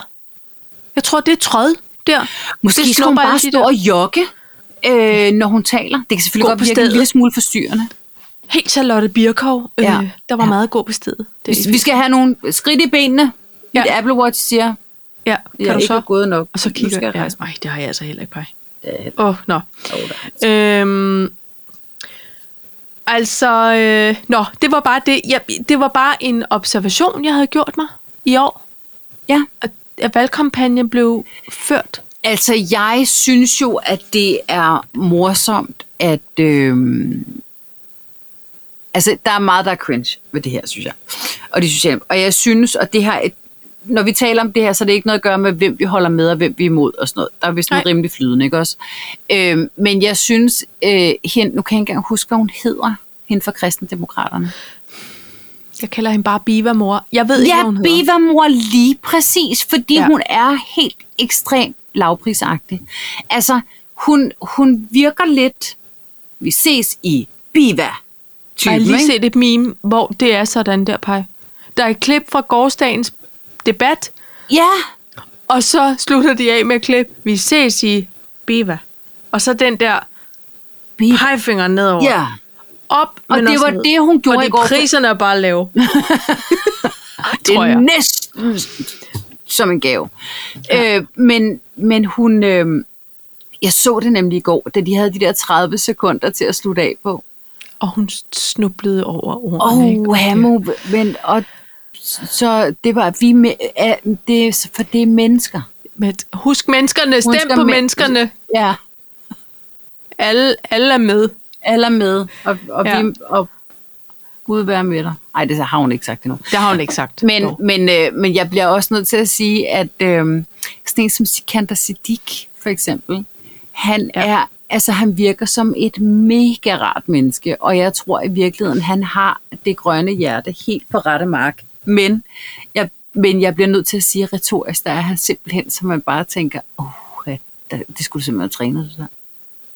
A: Jeg tror, det er tråd der.
B: Måske
A: det
B: skal hun bare
A: alle de
B: stå
A: der-
B: og jogge, øh, når hun taler. Det kan selvfølgelig
A: Gå
B: godt
A: på
B: virke en
A: stedet.
B: lille smule forstyrrende.
A: Helt Charlotte Birkov, øh,
B: Ja.
A: ja. der var
B: Ja.
A: meget god på stedet. Det,
B: Vi, vi skal have nogle skridt i benene. Ja.
A: Ja.
B: Mit Apple Watch siger,
A: ja, kan
B: jeg
A: du
B: ikke
A: så?
B: er gået nok.
A: Og så
B: Nu
A: kigger jeg.
B: skal jeg.
A: Ja.
B: rejse mig.
A: Ej, det har jeg altså heller ikke, Paj.
B: Det er-
A: Åh, oh, nå.
B: Åh, der er-
A: Øhm, altså, øh, nå, det var bare det. Jeg, det var bare en observation, jeg havde gjort mig i år,
B: Ja,
A: at, at valgkampagnen blev ført.
B: altså jeg synes jo, at det er morsomt, at... øhm, altså, der er meget, der er cringe ved det her, synes jeg. Og det sociale. Og jeg synes, og det her... Et, når vi taler om det her, så er det ikke noget at gøre med, hvem vi holder med og hvem vi er imod og sådan noget. Der er vist noget
A: Nej.
B: rimelig flydende, ikke også? Øhm, men jeg synes, øh, hende, nu kan jeg ikke engang huske, hvad hun hedder, hende fra Kristendemokraterne.
A: Jeg kalder hende bare Biva-mor. Jeg ved ikke,
B: Ja,
A: hvad hun hedder.
B: Beavermor lige præcis, fordi ja.
A: Ja.
B: hun er helt ekstremt lavprisagtig. Altså, hun, hun virker lidt, vi ses i
A: Jeg
B: Biva.
A: har
B: typen,
A: lige
B: ikke?
A: set et meme, hvor det er sådan der, Paj. Der er et klip fra gårdsdagens debat,
B: Ja,
A: og så slutter de af med et klip. Vi ses i Biva. Og så den der
B: Biva.
A: pegefingeren nedover.
B: ja.
A: Op,
B: Og
A: men
B: det
A: også
B: var
A: ned.
B: det, hun gjorde
A: og
B: i
A: det,
B: går.
A: priserne er bare lave.
B: Det
A: tror
B: er
A: jeg.
B: næsten som en gave. Ja. Øh, men, men hun, øh, jeg så det nemlig i går, da de havde de der 30 sekunder til at slutte af på.
A: Og hun snublede over ordene. ikke?
B: Åh, oh, Hamu, men og, så det var, vi med, er, det, er- for det er mennesker.
A: Men husk menneskerne, stem
B: Husk
A: på
B: men-
A: menneskerne.
B: Ja,
A: Alle, alle er med.
B: alle er med, og, og, ja.
A: Ja.
B: vi, og Gud være med dig. Nej, det har hun ikke sagt endnu.
A: Det har hun ikke sagt.
B: Men,
A: dog.
B: men, øh, men jeg bliver også nødt til at sige, at øh, sådan en som Sikander Siddiq, for eksempel, han ja.
A: Ja.
B: er, altså han virker som et mega rart menneske, og jeg tror i virkeligheden, han har det grønne hjerte helt på rette mark. Men jeg, men jeg bliver nødt til at sige at retorisk, der er han simpelthen, så man bare tænker, åh, oh, det skulle du simpelthen have trænet, det der.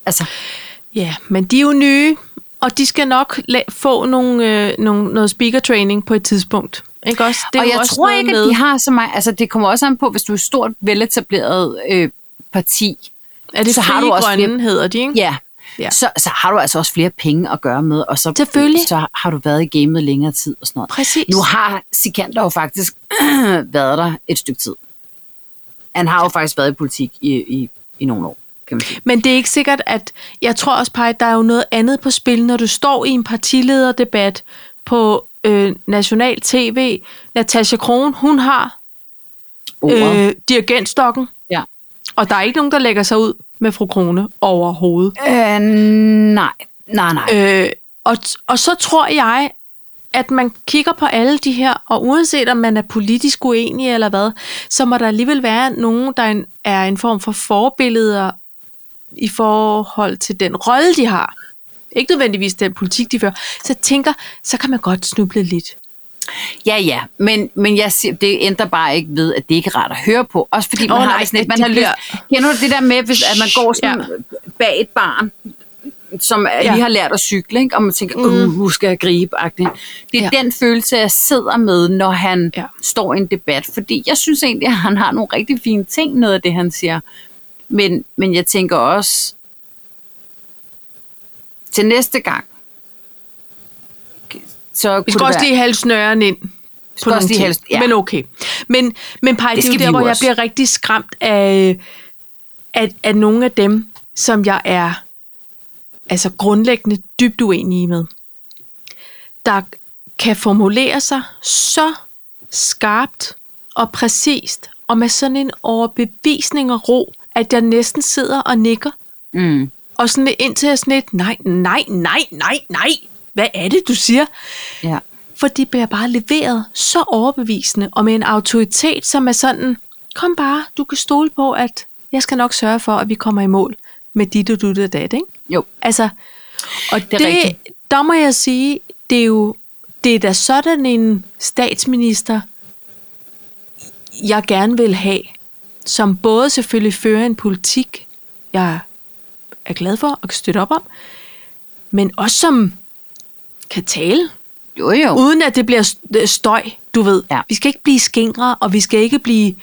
B: Altså,
A: Ja, men de er jo nye, og de skal nok la- få nogle, øh, nogle, noget speaker-training på et tidspunkt. Ikke også? Det er
B: og
A: jo
B: jeg
A: også
B: tror
A: noget
B: ikke,
A: med,
B: at de har så meget. Altså, det kommer også an på, hvis du er et stort, veletableret øh, parti.
A: er det
B: så har
A: Frie
B: du også
A: grønne,
B: flere-
A: hedder de, ikke?
B: Ja. ja.
A: Ja.
B: Så, så har du altså også flere penge at gøre med, og så,
A: Selvfølgelig.
B: så har du været i gamet længere tid og sådan noget.
A: Præcis.
B: Nu har Sikander jo faktisk <clears throat> været der et stykke tid. Han har jo faktisk været i politik i, i, i nogle år, kan man sige.
A: Men det er ikke sikkert, at... Jeg tror også, Paj, der er jo noget andet på spil, når du står i en partilederdebat på øh, national tv. Natasha Kron, hun har
B: Ordet.
A: øh, dirigentstokken,
B: Ja.
A: og der er ikke nogen, der lægger sig ud med fru Krone overhovedet.
B: Øh, nej, nej, nej.
A: Øh, og, og så tror jeg, at man kigger på alle de her, og uanset om man er politisk uenig eller hvad, så må der alligevel være nogen, der er en, er en form for forbilleder i forhold til den rolle, de har. Ikke nødvendigvis den politik, de fører. Så jeg tænker, så kan man godt snuble lidt.
B: Ja, ja, men, men jeg siger, det ændrer bare ikke ved, at det ikke er rart at høre på. Også fordi man
A: Åh,
B: har
A: nej,
B: det sådan lidt,
A: at
B: man
A: de
B: har
A: bliver-
B: lyst. Kender du det der med, hvis, at man går sådan bag et barn, som ja.
A: Ja. Mm.
B: lige har lært at cykle, ikke? og man tænker, uh, nu skal jeg gribe. -agtigt. Det er ja.
A: Ja.
B: den følelse, jeg sidder med, når han ja.
A: Ja.
B: står i en debat. Fordi jeg synes egentlig, at han har nogle rigtig fine ting, noget af det, han siger. Men, men jeg tænker også, til næste gang, så kunne
A: Vi
B: det
A: skal også
B: være-
A: lige halve snøren ind.
B: skal også
A: nogle
B: lige
A: ting.
B: halve- ja.
A: Men okay. Men, men Paj,
B: Det
A: det, det er jo
B: skal vi
A: der,
B: jo
A: hvor jeg
B: også.
A: bliver rigtig skræmt af, at, at nogle af dem, som jeg er altså grundlæggende dybt uenig med, der kan formulere sig så skarpt og præcist, og med sådan en overbevisning og ro, at jeg næsten sidder og nikker.
B: Mm.
A: Og sådan lidt indtil jeg sådan lidt, nej, nej, nej, nej, nej. Hvad er det, du siger?
B: Ja.
A: for de bliver bare leveret så overbevisende og med en autoritet, som er sådan, kom bare, du kan stole på, at jeg skal nok sørge for, at vi kommer i mål med dit og dut og dat, ikke?
B: Jo.
A: Altså, og
B: er
A: det, det
B: rigtigt.
A: der må jeg sige, det er jo, det er da sådan en statsminister, jeg gerne vil have, som både selvfølgelig fører en politik, jeg er glad for og kan støtte op om, men også som kan tale
B: Jo, jo.
A: uden at det bliver st- øh, støj, du ved.
B: Ja.
A: Vi skal ikke blive skingre, og vi skal ikke blive...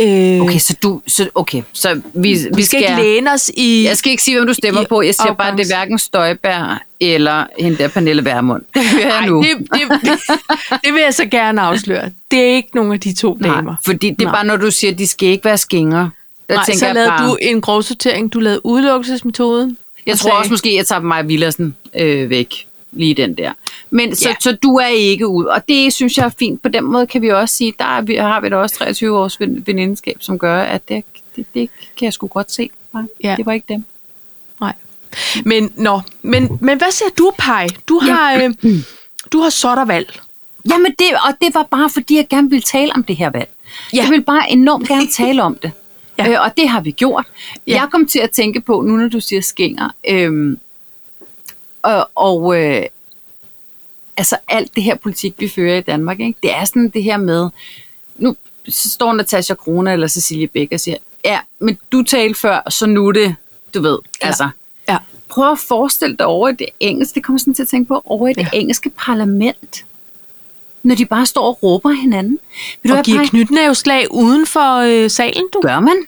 A: Øh,
B: Okay, så du... Så, okay, så vi, vi,
A: vi skal ikke læne os i...
B: Jeg skal ikke sige, hvem du stemmer
A: i
B: på. Jeg siger bare, at det er
A: arrogance.
B: hverken Støjbær eller hende der Pernille Vermund. Det hører jeg
A: Ej,
B: nu.
A: det, det,
B: <laughs>
A: det vil jeg så gerne afsløre. Det er ikke nogen af de to
B: Nej,
A: damer.
B: fordi det er
A: Nej.
B: bare, når du siger, at de skal ikke være skinger. Der
A: Nej,
B: tænker
A: så
B: jeg
A: lavede
B: bare,
A: du en grov sortering. Du lavede udelukkelsesmetoden.
B: Jeg
A: og
B: tror
A: sagde-
B: også måske, jeg tager Maja Villersen øh, væk lige den der. Men så, ja.
A: Ja.
B: så du er ikke ud, og det synes jeg er fint. På den måde kan vi også sige, der er, vi, har vi da også 23 års ven- venindskab, som gør, at det, det, det kan jeg sgu godt se. Nej,
A: Ja.
B: Det var ikke dem.
A: Nej. Men, nå. Men, men hvad siger du, Pej? Du har, øh, du har sottervalg.
B: Jamen det, og det var bare fordi, jeg gerne ville tale om det her valg. Ja.
A: Ja.
B: Jeg ville bare
A: <laughs>
B: enormt gerne tale om det. ja.
A: Ja.
B: øh, og det har vi gjort. Ja.
A: Ja.
B: Jeg kom til at tænke på, nu når du siger skænger, øhm, og, og øh, altså alt det her politik, vi fører i Danmark, ikke? det er sådan det her med, nu så står Natasha Krone eller Cecilie Bæk og siger, ja, men du talte før, så nu er det, du ved, ja.
A: Ja.
B: altså
A: Ja.
B: prøv at forestille dig over i det engelske, det kommer sådan til at tænke på, over i det ja.
A: Ja.
B: engelske parlament. Når de bare står og råber hinanden. Vil du
A: Og
B: have
A: giver knytnæveslag uden for øh, salen, du.
B: Gør man?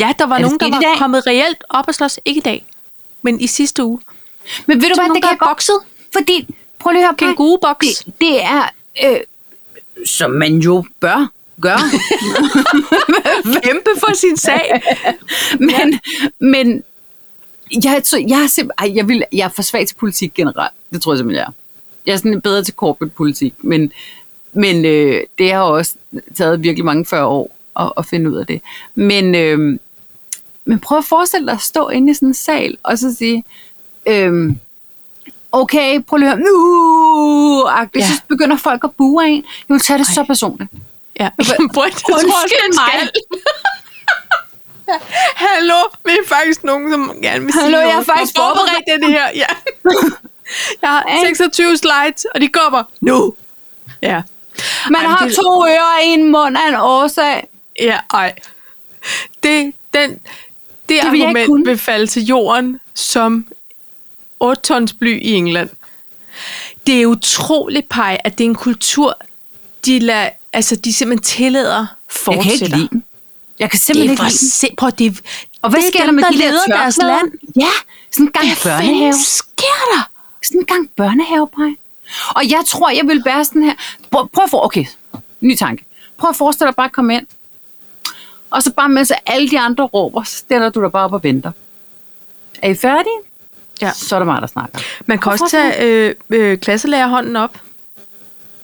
A: Ja, der var
B: Er det
A: nogen, der
B: sket i
A: var
B: dag?
A: kommet reelt op og slås. Ikke i dag, men i sidste uge.
B: Men ved du hvad, det kan jeg godt...
A: bokset.
B: Fordi, prøv lige at høre, Kai,
A: Kængureboks.
B: det, det er, øh, som man jo bør gøre.
A: Kæmpe for sin sag.
B: <laughs> men, men jeg, tror, jeg, er simp- ej, jeg, vil, jeg er for svag til politik generelt. Det tror jeg simpelthen, jeg er. Jeg er sådan bedre til corporate politik, men, men øh, det har også taget virkelig mange 40 år at, at finde ud af det. Men, øh, men prøv at forestille dig at stå inde i sådan en sal, og så sige, øh, okay, prøv lige at høre, nu, ja.
A: Ja.
B: så begynder folk at bue af en. Jeg vil tage det Ej.
A: Ej.
B: så personligt.
A: <laughs> Ja. <laughs> Brød, det tror jeg også,
B: Undskyld
A: man
B: mig.
A: skal. <laughs> Hallo, vi er faktisk nogen, som gerne vil sige
B: Hallo, jeg
A: noget.
B: er faktisk
A: forberedt det her. Ja. <laughs> Jeg har 26 slides, og de kommer nu. Ja.
B: Man
A: Ej, men
B: har
A: det-
B: to ører og en mund af en årsag.
A: Ja, ej. Det, den, det, det
B: jeg ikke
A: argument
B: kunne.
A: vil falde til jorden som 8 tons bly i England. Det er utroligt, Pej, at det er en kultur, de, lad, altså, de simpelthen tillader
B: Jeg
A: fortsætter.
B: kan ikke lide dem. Jeg kan
A: det
B: simpelthen
A: er
B: ikke
A: for
B: lide dem.
A: sind- prøv, at det,
B: Og hvad
A: det er
B: sker der
A: dem,
B: med
A: der
B: de der
A: leder deres
B: tørklæder?
A: land?
B: Ja, sådan en gang
A: Hvad fanden
B: børnehave.
A: sker der?
B: Sådan en gang børnehave, Paj. Og jeg tror, jeg vil være sådan her. Prøv, prøv at for, okay, ny tanke. Prøv at forestille dig bare at komme ind. Og så bare mens alle de andre råber, så stiller du dig bare op og venter. Er I færdige?
A: Ja.
B: Så er det mig, der snakker. <laughs>
A: Man kan også
B: Hvorfor
A: tage øh, øh, klasselærerhånden op.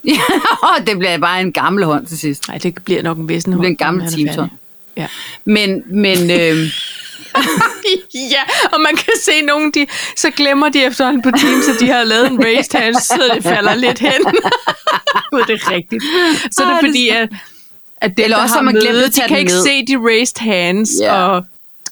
B: Ja, og det bliver bare en gammel hånd til sidst.
A: Nej, det bliver nok en væsentlig
B: Det bliver en gammel teamshånd. Men, men øh,
A: <laughs> ja, og man kan se nogen, de, så glemmer de efterhånden på Teams, at de har lavet en raised hand, så det falder lidt hen. <laughs> Gud, det er rigtigt. Så er
B: Ah,
A: det
B: det
A: fordi, at, at dem,
B: Eller
A: der
B: også
A: har
B: har man glemt
A: møde,
B: at tage
A: de kan
B: den
A: ikke
B: ned.
A: se de raised hands,
B: Ja.
A: og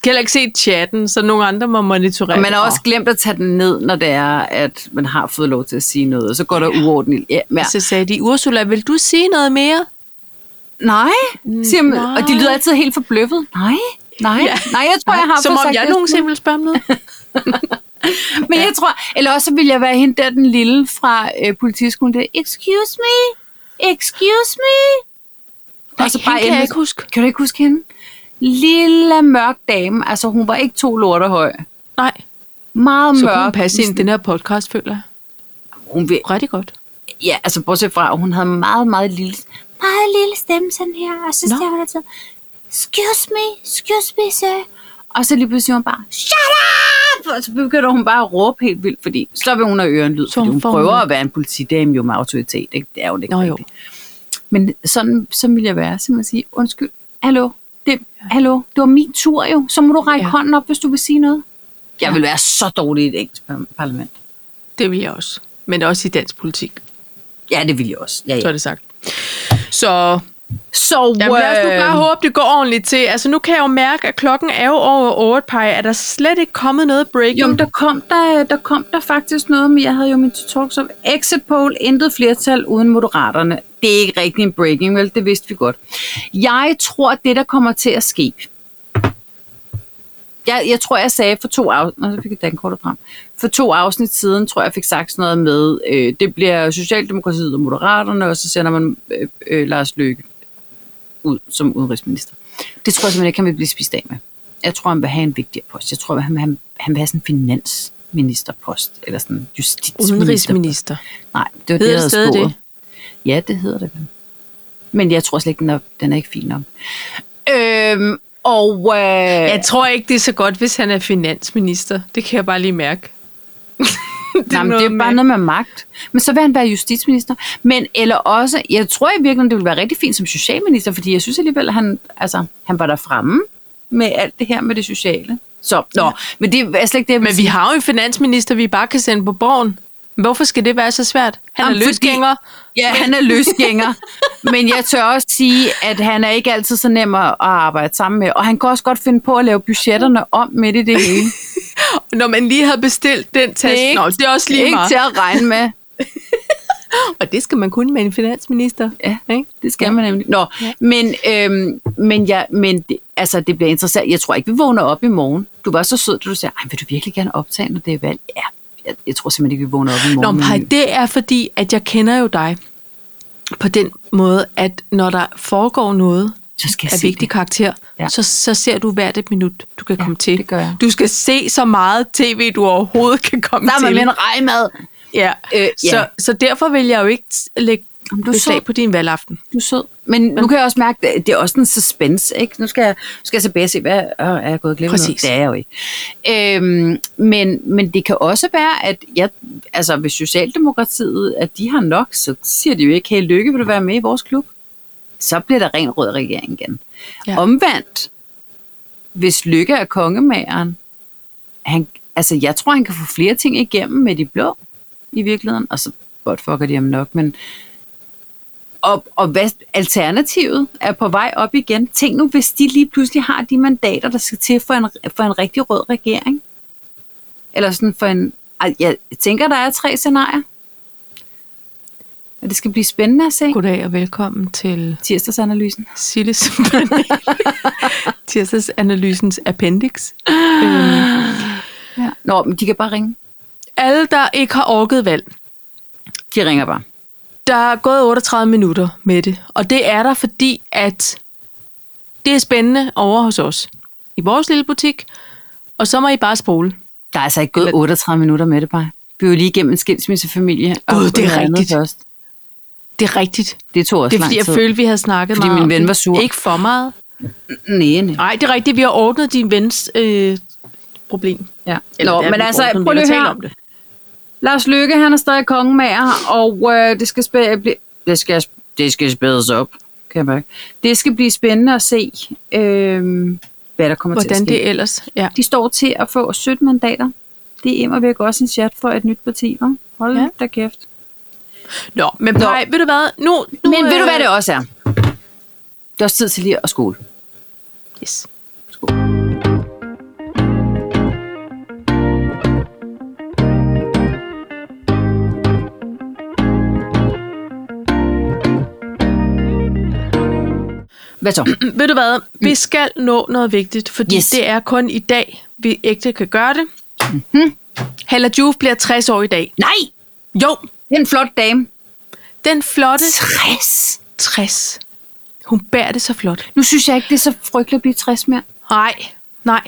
A: kan heller ikke se chatten, så nogle andre må monitorere.
B: Og man har også glemt at tage den ned, når det er, at man har fået lov til at sige noget, og så går der uordentligt. Ja, men,
A: Så sagde de, Ursula, vil du sige noget mere?
B: nej, siger man, og de
A: Mm, nej.
B: lyder altid helt forbløffet. Nej, nej,
A: Ja.
B: nej, jeg tror, jeg har
A: Som
B: fået
A: om
B: sagt
A: jeg
B: det.
A: nogensinde vil spørge om <laughs> noget.
B: Men jeg tror, eller også vil jeg være hende der, den lille fra øh, politiskolen, der, excuse me, excuse me.
A: Nej, hende kan jeg
B: ende-
A: ikke huske.
B: Kan du ikke huske hende? Lille mørk dame, altså hun var ikke to lorter høj.
A: Nej,
B: Meget
A: så
B: mørk.
A: kunne hun passe ind i den her podcast, føler jeg.
B: Hun vil,
A: Rigtig godt.
B: ja, altså bortset fra, hun havde meget, meget lille, meget lille stemme sådan her, og så
A: Nå.
B: sagde hun altid, excuse me, excuse me, sir. Og så lige pludselig hun bare, shut up! Og så begynder hun bare at råbe helt vildt, fordi så vil hun have ørenlyd,
A: Så
B: fordi
A: hun
B: hun
A: får-
B: prøver at være en politidame jo med autoritet, ikke? Det er hun ikke
A: Nå jo.
B: rigtigt. Men sådan, sådan vil jeg være, simpelthen sige, undskyld, hallo, det, hallo, det var min tur jo, så må du række
A: Ja.
B: ja. hånden op, hvis du vil sige noget. Jeg vil være så dårlig i et engelsk par- parlament.
A: Det vil jeg også. Men også i dansk politik,
B: Ja, det vil jeg også. Ja,
A: så
B: ja.
A: er det sagt. Så
B: Så,
A: Jamen, lad os nu
B: øh,
A: bare håbe, det går ordentligt til. Altså, nu kan jeg jo mærke, at klokken er jo over 8, Paj. Er der slet ikke kommet noget breaking?
B: Jo, men der kom der, der kom der faktisk noget, men jeg havde jo min talk som exit poll, intet flertal uden moderaterne. Det er ikke rigtig en breaking, vel? Det vidste vi godt. Jeg tror, at det, der kommer til at ske, jeg, jeg tror, jeg sagde for to afsnit, Nå, så fik jeg dankortet frem. For to afsnit siden, tror jeg, jeg fik sagt sådan noget med, øh, det bliver Socialdemokratiet og Moderaterne, og så sender man øh, øh, Lars Løkke ud som udenrigsminister. Det tror jeg simpelthen ikke, han vil blive spist af med. Jeg tror, han vil have en vigtigere post. Jeg tror, han vil have, han vil have sådan en finansministerpost, eller sådan justitsminister.
A: Udenrigsminister.
B: Nej, det
A: Hedder
B: var det, jeg
A: det
B: havde
A: stadig
B: spået. Ja, det hedder det. vel. Men jeg tror slet ikke, den er, den er ikke fin nok. Øhm, og... Øh,
A: Jeg tror ikke, det er så godt, hvis han er finansminister. Det kan jeg bare lige mærke. <laughs> det,
B: Nej, men det er bare noget med magt. Men så vil han være justitsminister. Men eller også, jeg tror i virkeligheden, det ville være rigtig fint som socialminister, fordi jeg synes alligevel, at han, altså, han var der fremme med alt det her med det sociale. Så, nå, men det er slet ikke det, jeg vil
A: Men vi
B: sige.
A: har jo en finansminister, vi bare kan sende på borgen. Hvorfor skal det være så svært? Han
B: Jamen,
A: er
B: fordi-
A: løsgænger.
B: Ja, han er
A: <laughs>
B: løsgænger, men jeg tør også sige, at han er ikke altid så nem at at arbejde sammen med, og han kan også godt finde på at lave budgetterne om midt i det hele.
A: Når man lige har bestilt den taske.
B: Det er ikke-
A: Nå, det er også lige
B: Ikke
A: meget.
B: til at regne med.
A: Og det skal man kunne med en finansminister.
B: Ja.
A: Ikke?
B: Det skal man nemlig. Nå,
A: Ja.
B: ja. men, øhm, men, ja, men det, altså, det bliver interessant. Jeg tror ikke, vi vågner op i morgen. Du var så sød, da du sagde, Ej, vil du virkelig gerne optage, når det er valg? Ja, jeg, jeg tror simpelthen ikke, vi vågner op i
A: Nå,
B: morgen.
A: men Paj, det er fordi, at jeg kender jo dig på den måde, at når der foregår noget
B: så skal jeg
A: af
B: se
A: vigtig
B: det.
A: karakter, ja.
B: Ja.
A: så, så ser du hvert et minut, du kan ja, komme til.
B: det gør jeg.
A: Du skal se så meget tv, du overhovedet kan komme
B: Der er
A: til.
B: med en rejmad.
A: Ja.
B: Øh, ja.
A: Så, så derfor vil jeg jo ikke t- lægge
B: Jamen, du er
A: beslag
B: sød.
A: på din valgaften.
B: Du er sød. Men nu kan jeg også mærke, at det er også en suspense, ikke? Nu skal jeg, nu skal jeg tilbage og se, hvad øh, er jeg gået glip af noget?
A: Præcis.
B: Det er jeg jo ikke. Øhm, men, men det kan også være, at jeg, altså, hvis Socialdemokratiet, at de har nok, så siger de jo ikke, hey, Lykke, vil du være med i vores klub? Så bliver der ren rød regering igen.
A: Ja.
B: Ja. Omvendt, hvis Lykke er kongemageren, han, altså, jeg tror, han kan få flere ting igennem med de blå, i virkeligheden. Og så botfucker de ham nok, men og, og hvad alternativet er på vej op igen. Tænk nu, hvis de lige pludselig har de mandater, der skal til for en, for en rigtig rød regering. Eller sådan for en... Ej, Jeg tænker, der er tre scenarier. Og det skal blive spændende at se.
A: Goddag og velkommen til
B: Tirsdagsanalysen.
A: Silles
B: <laughs>
A: Tirsdagsanalysens appendix. øhm,
B: Ja. Nå, men de kan bare ringe.
A: alle, der ikke har orket valg,
B: De ringer bare.
A: Der er gået 38 minutter med det, og det er der, fordi at det er spændende over hos os. I vores lille butik, og så må I bare spole.
B: Der er altså ikke gået 38 minutter med det bare. Vi er jo lige igennem en skilsmissefamilie. og
A: Gud, det er
B: noget andet
A: rigtigt.
B: Først.
A: Det er rigtigt.
B: Det tog også
A: Det er fordi,
B: lang
A: jeg
B: tid.
A: følte, vi havde snakket
B: Fordi
A: meget.
B: min
A: om
B: ven
A: det.
B: var sur.
A: Ikke for meget.
B: Næ, næ.
A: Nej, det er rigtigt. Vi har ordnet din vens øh, problem.
B: Ja.
A: Eller
B: Nå,
A: det er
B: men
A: den
B: altså,
A: ordnet,
B: prøv
A: vi
B: lige
A: har
B: at
A: talt
B: høre.
A: om det.
B: Lars Lykke, han er stadig kongemager, og øh, det skal spæ- bli- det skal det skal spædes op. Kan jeg mærke. Det skal blive spændende at se, øh, hvad der kommer til
A: Hvordan
B: at ske.
A: det ellers. Ja.
B: De står til at få 17 mandater. Det er immer væk også en chat for et nyt parti, hva'? Hold
A: Ja.
B: ja. da kæft.
A: Nå, men Paj, ved du hvad? Nu, nu,
B: Men ved du,
A: øh,
B: hvad det også er? Det er også tid til lige at skole.
A: Yes.
B: Hvad så?
A: Ved du hvad? Vi skal nå noget vigtigt, fordi Mm.
B: Yes.
A: yes. det er kun i dag, vi ægte kan gøre det. Mm-hmm. Hella Juf bliver 60 år i dag.
B: Nej!
A: Jo,
B: Det er en flot dame.
A: den flotte
B: 60!
A: 60. Hun bærer det så flot.
B: Nu synes jeg ikke, det er så frygteligt at blive 60 mere.
A: Nej, nej.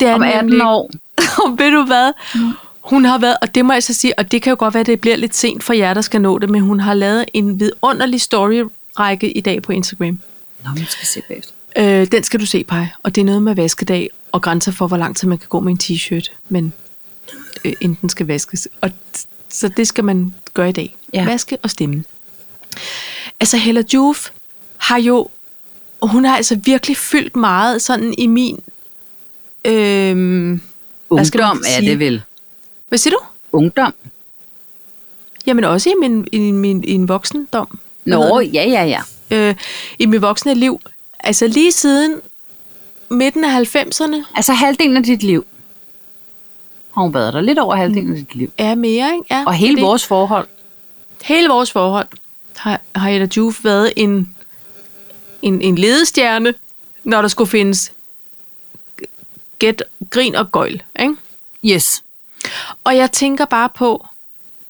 A: Det er
B: Om 18
A: nemlig- Mm.
B: år.
A: <laughs> Og ved du hvad? Hun har været, og det må jeg så sige, og det kan jo godt være, at det bliver lidt sent for jer, der skal nå det, men hun har lavet en vidunderlig story-række i dag på Instagram.
B: Nå, men jeg skal se bagefter.
A: Øh, den skal du se, Paj. Og det er noget med vaskedag og grænser for, hvor lang tid man kan gå med en t-shirt, men øh, inden den skal vaskes. Og t- så det skal man gøre i dag.
B: Ja.
A: Vaske og stemme. Altså Hella Juf har jo, hun har altså virkelig fyldt meget sådan i min... Øh, Hvad skal man
B: Ungdom er
A: sige?
B: det vel.
A: hvad siger du?
B: Ungdom.
A: Jamen også i min, i min, i en voksendom.
B: Nå, ja, ja, ja.
A: Øh, I mit voksne liv. Altså lige siden midten af 90'erne
B: Altså halvdelen af dit liv. Har hun været der lidt over halvdelen af dit liv.
A: er mere, ikke? Ja,
B: Og hele
A: det-
B: vores forhold.
A: hele vores forhold har, har Jada Juf været en, en, en ledestjerne, når der skulle findes gæt, grin og gøjl, ikke?
B: Yes.
A: Og jeg tænker bare på,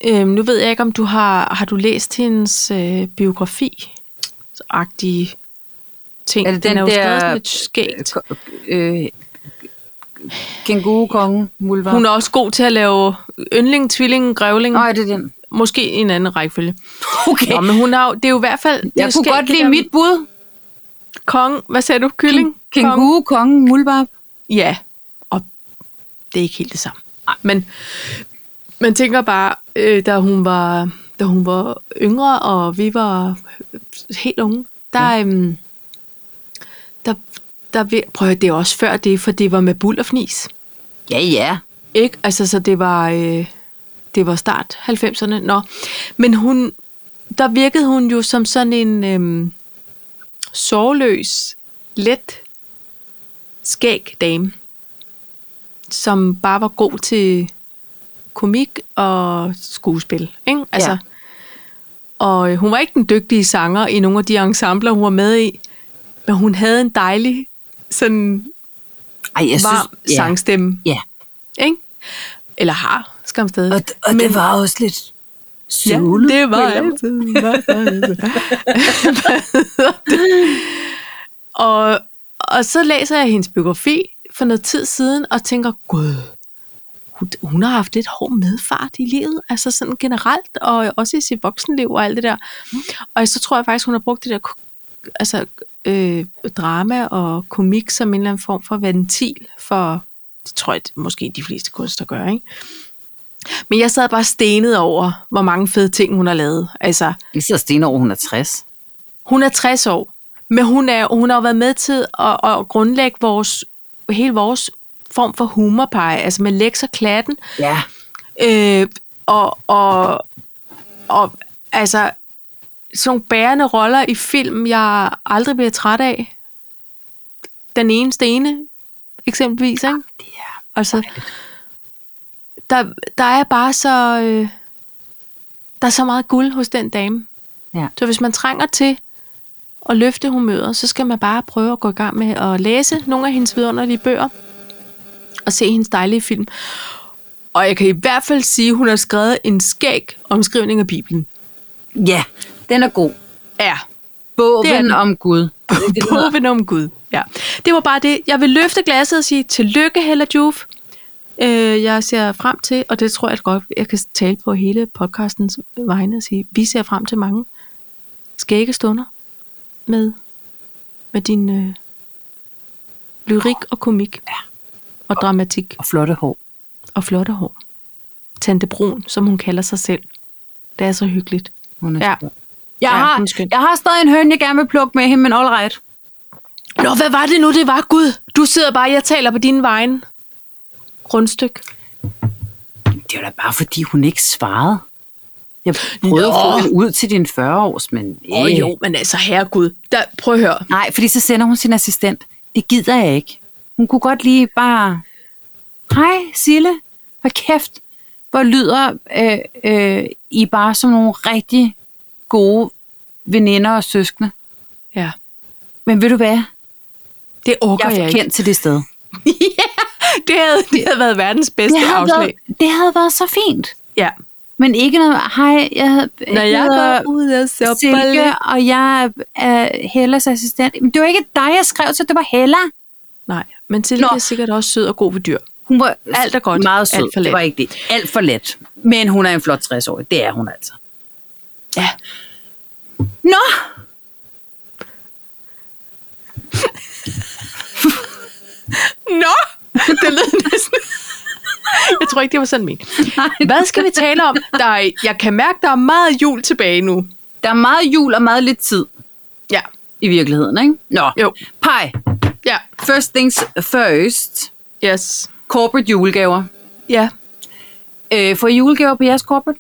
A: øhm, nu ved jeg ikke, om du har, har du læst hendes øh, biografi? Agtige ting.
B: Er det den
A: er jo skrevet
B: der-
A: sådan lidt skægt.
B: Øh, Kenguru kongen, Mulvar.
A: Hun er også god til at lave yndling, tvilling, grævling.
B: Nå, er det den?
A: Måske i en anden rækkefølge.
B: Okay.
A: Nå, men hun har jo, det er jo i hvert fald... det er
B: jeg
A: jo
B: kunne
A: skægt,
B: godt
A: det
B: lide
A: der
B: mit bud.
A: Kong, hvad sagde du? Kylling? Kong?
B: Kenguru kongen, Mulvar.
A: Ja, og det er ikke helt det samme. Nej, men man tænker bare, øh, da, hun var, da hun var yngre, og vi var helt unge, der, ja. øhm, der, der vi- prøv at høre, det er også før det, for det var med bull og fnis.
B: Ja, ja.
A: Ikke? Altså, så det var, øh, det var start 90'erne. Nå. Men hun, der virkede hun jo som sådan en øh, sårløs, let, skæg dame, som bare var god til komik og skuespil. Ikke? Altså,
B: Ja.
A: ja. Og øh, hun var ikke den dygtige sanger i nogle af de ensembler, hun var med i, men hun havde en dejlig, sådan
B: Ej, jeg
A: varm
B: synes, ja.
A: sangstemme.
B: Ja.
A: Ikke? Eller har, skam stadig.
B: Og, og Men, det var også lidt
A: ja,
B: sule.
A: det var
B: på en eller anden måde.
A: altid. var altid. Hvad hedder det? <laughs> og, og så læser jeg hendes biografi for noget tid siden, og tænker, gud, hun, hun har haft lidt hård medfart i livet, altså sådan generelt, og også i sit voksenliv og alt det der. Og så tror jeg faktisk, hun har brugt det der ko- altså, øh, drama og komik som en eller anden form for ventil for, det tror jeg måske de fleste kunstnere gør, ikke? Men jeg sad bare stenet over, hvor mange fede ting hun har lavet. Altså,
B: Jeg sidder sten over 160.
A: hun er 60 år, men hun, er, hun har jo været med til at, at grundlægge vores, hele vores form for humorpege, altså med leks og klatten,
B: Ja.
A: øh, og, og, og altså sådan nogle bærende roller i film, jeg aldrig bliver træt af. Den ene stene, eksempelvis, ikke?
B: Det er
A: Altså, der, der er bare så... Øh, der er så meget guld hos den dame.
B: Ja.
A: Så hvis man trænger til at løfte humøret, så skal man bare prøve at gå i gang med at læse nogle af hendes vidunderlige bøger og se hendes dejlige film. Og jeg kan i hvert fald sige, at hun har skrevet en skæg omskrivning af Bibelen.
B: Ja, den er god.
A: Ja. Det er
B: Bogen
A: den.
B: om Gud. <laughs> Det hedder-
A: Boven om Gud. Ja. Det var bare det. Jeg vil løfte glasset og sige tillykke, Hella Juf. Øh, jeg ser frem til, og det tror jeg godt, jeg kan tale på hele podcastens vegne og sige, vi ser frem til mange skægge stunder med, med din øh, lyrik og komik ja. og dramatik
B: Og flotte hår.
A: og flotte hår. Tante Brun, som hun kalder sig selv. Det er så hyggeligt.
B: Hun er
A: Ja.
B: skøn.
A: Ja,
B: Jeg, har,
A: hun er skøn.
B: jeg har stadig en høn, jeg gerne vil plukke med hende, men all right.
A: Nå, hvad var det nu, det var? Gud, du sidder bare, jeg taler på dine vegne. Rundstyk.
B: Det var da bare, fordi hun ikke svarede. Jeg prøvede Nå. at få
A: Nå.
B: hende ud til din 40-års, men...
A: Åh oh, jo, men altså, herregud. Der, prøv at høre.
B: Nej, fordi så sender hun sin assistent. Det gider jeg ikke. Hun kunne godt lige bare... Hej, Sille. Hvor kæft. Hvor lyder øh, øh, I bare som nogle rigtig gode veninder og søskende.
A: Ja.
B: Men ved du hvad?
A: Det orker
B: Jeg
A: jeg,
B: er
A: jeg
B: for
A: ikke.
B: kendt til det sted.
A: <laughs> Det havde, det havde været verdens bedste
B: Det havde,
A: afslag.
B: været, det havde været så fint.
A: Ja.
B: Men ikke noget, hej, jeg,
A: Når jeg
B: hedder
A: går ud og så
B: Silke, og jeg er Hellas assistent. Men det var ikke dig, jeg skrev til, det var Hella.
A: Nej, men Silke
B: Nå.
A: er sikkert også sød og god ved dyr.
B: Hun var
A: Alt er godt.
B: Altså, Meget sød.
A: Alt for let.
B: Det var ikke det. Alt for let. Men hun er en flot 60-årig. Det er hun altså.
A: Ja.
B: Nå!
A: Nå! <laughs> Det lød næsten... Jeg tror ikke, det var sådan min.
B: Nej.
A: Hvad skal vi tale om? Der er, jeg kan mærke, der er meget jul tilbage nu.
B: Der er meget jul og meget lidt tid
A: Ja,
B: i virkeligheden, ikke? Nå.
A: Jo.
B: Pej.
A: ja,
B: First things first.
A: yes.
B: Corporate julegaver.
A: Ja,
B: Øh, får I julegaver på jeres corporate?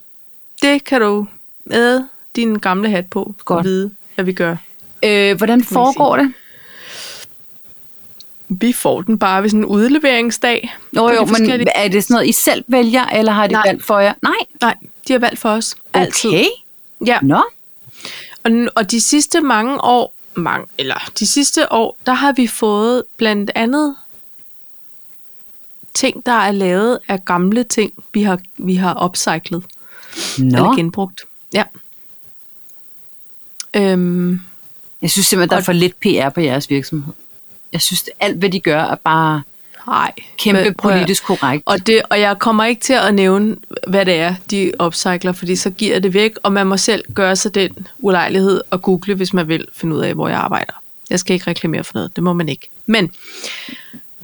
A: det kan du med din gamle hat på.
B: Godt.
A: Og vide, hvad vi gør.
B: Øh, hvordan foregår det?
A: Vi får den bare ved sådan en udleveringsdag.
B: Jo,
A: På de
B: jo, men
A: forskellige-
B: er det sådan noget, I selv vælger, eller har de
A: Nej.
B: valgt for jer? Nej.
A: Nej, de har valgt for os. Altid.
B: Okay.
A: Ja,
B: Nå.
A: og, n- og de sidste mange år, mange, eller de sidste år, der har vi fået blandt andet ting, der er lavet af gamle ting, vi har, vi har upcyclet.
B: Nå.
A: Eller genbrugt. Ja. Øhm,
B: Jeg synes simpelthen, der er
A: Og-
B: for lidt PR på jeres virksomhed. Jeg synes, alt hvad de gør, er bare
A: nej.
B: kæmpe
A: Men prøv at-
B: politisk korrekt.
A: Og, det, og jeg kommer ikke til at nævne, hvad det er, de upcycler, fordi så giver jeg det væk, og man må selv gøre sig den ulejlighed og google, hvis man vil finde ud af, hvor jeg arbejder. Jeg skal ikke reklamere for noget, det må man ikke. Men de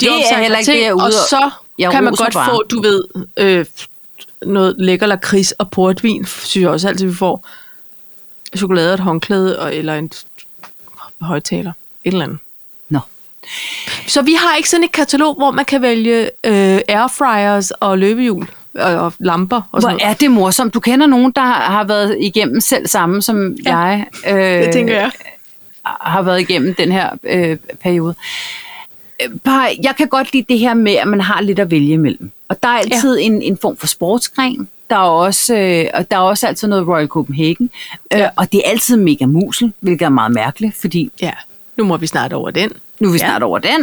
B: Det er
A: upcycler
B: heller ikke
A: ting,
B: det, jeg er ude
A: og
B: og-
A: så
B: Jeg
A: kan man
B: roser
A: godt
B: bare.
A: få, du ved, øh, noget lækker lakrids og portvin, synes jeg også altid, vi får. Chokolade og et håndklæde, og, eller en højtaler. Et eller andet.
B: Nå.
A: Så vi har ikke sådan et katalog, hvor man kan vælge øh, airfryers og løbehjul og, og lamper og sådan
B: Hvor
A: noget.
B: er det morsomt. Du kender nogen, der har været igennem selv samme som ja. jeg. Øh, det
A: jeg.
B: har været igennem den her øh, periode. Øh, Bare, jeg kan godt lide det her med, at man har lidt at vælge imellem. Og der er altid ja. en, en form for sportsgren. Der er, også, øh, og der er også altid noget Royal Copenhagen. Ja. Øh, og det er altid mega musel, hvilket er meget mærkeligt, fordi
A: Ja, nu må vi snart over den.
B: nu er vi snart over den.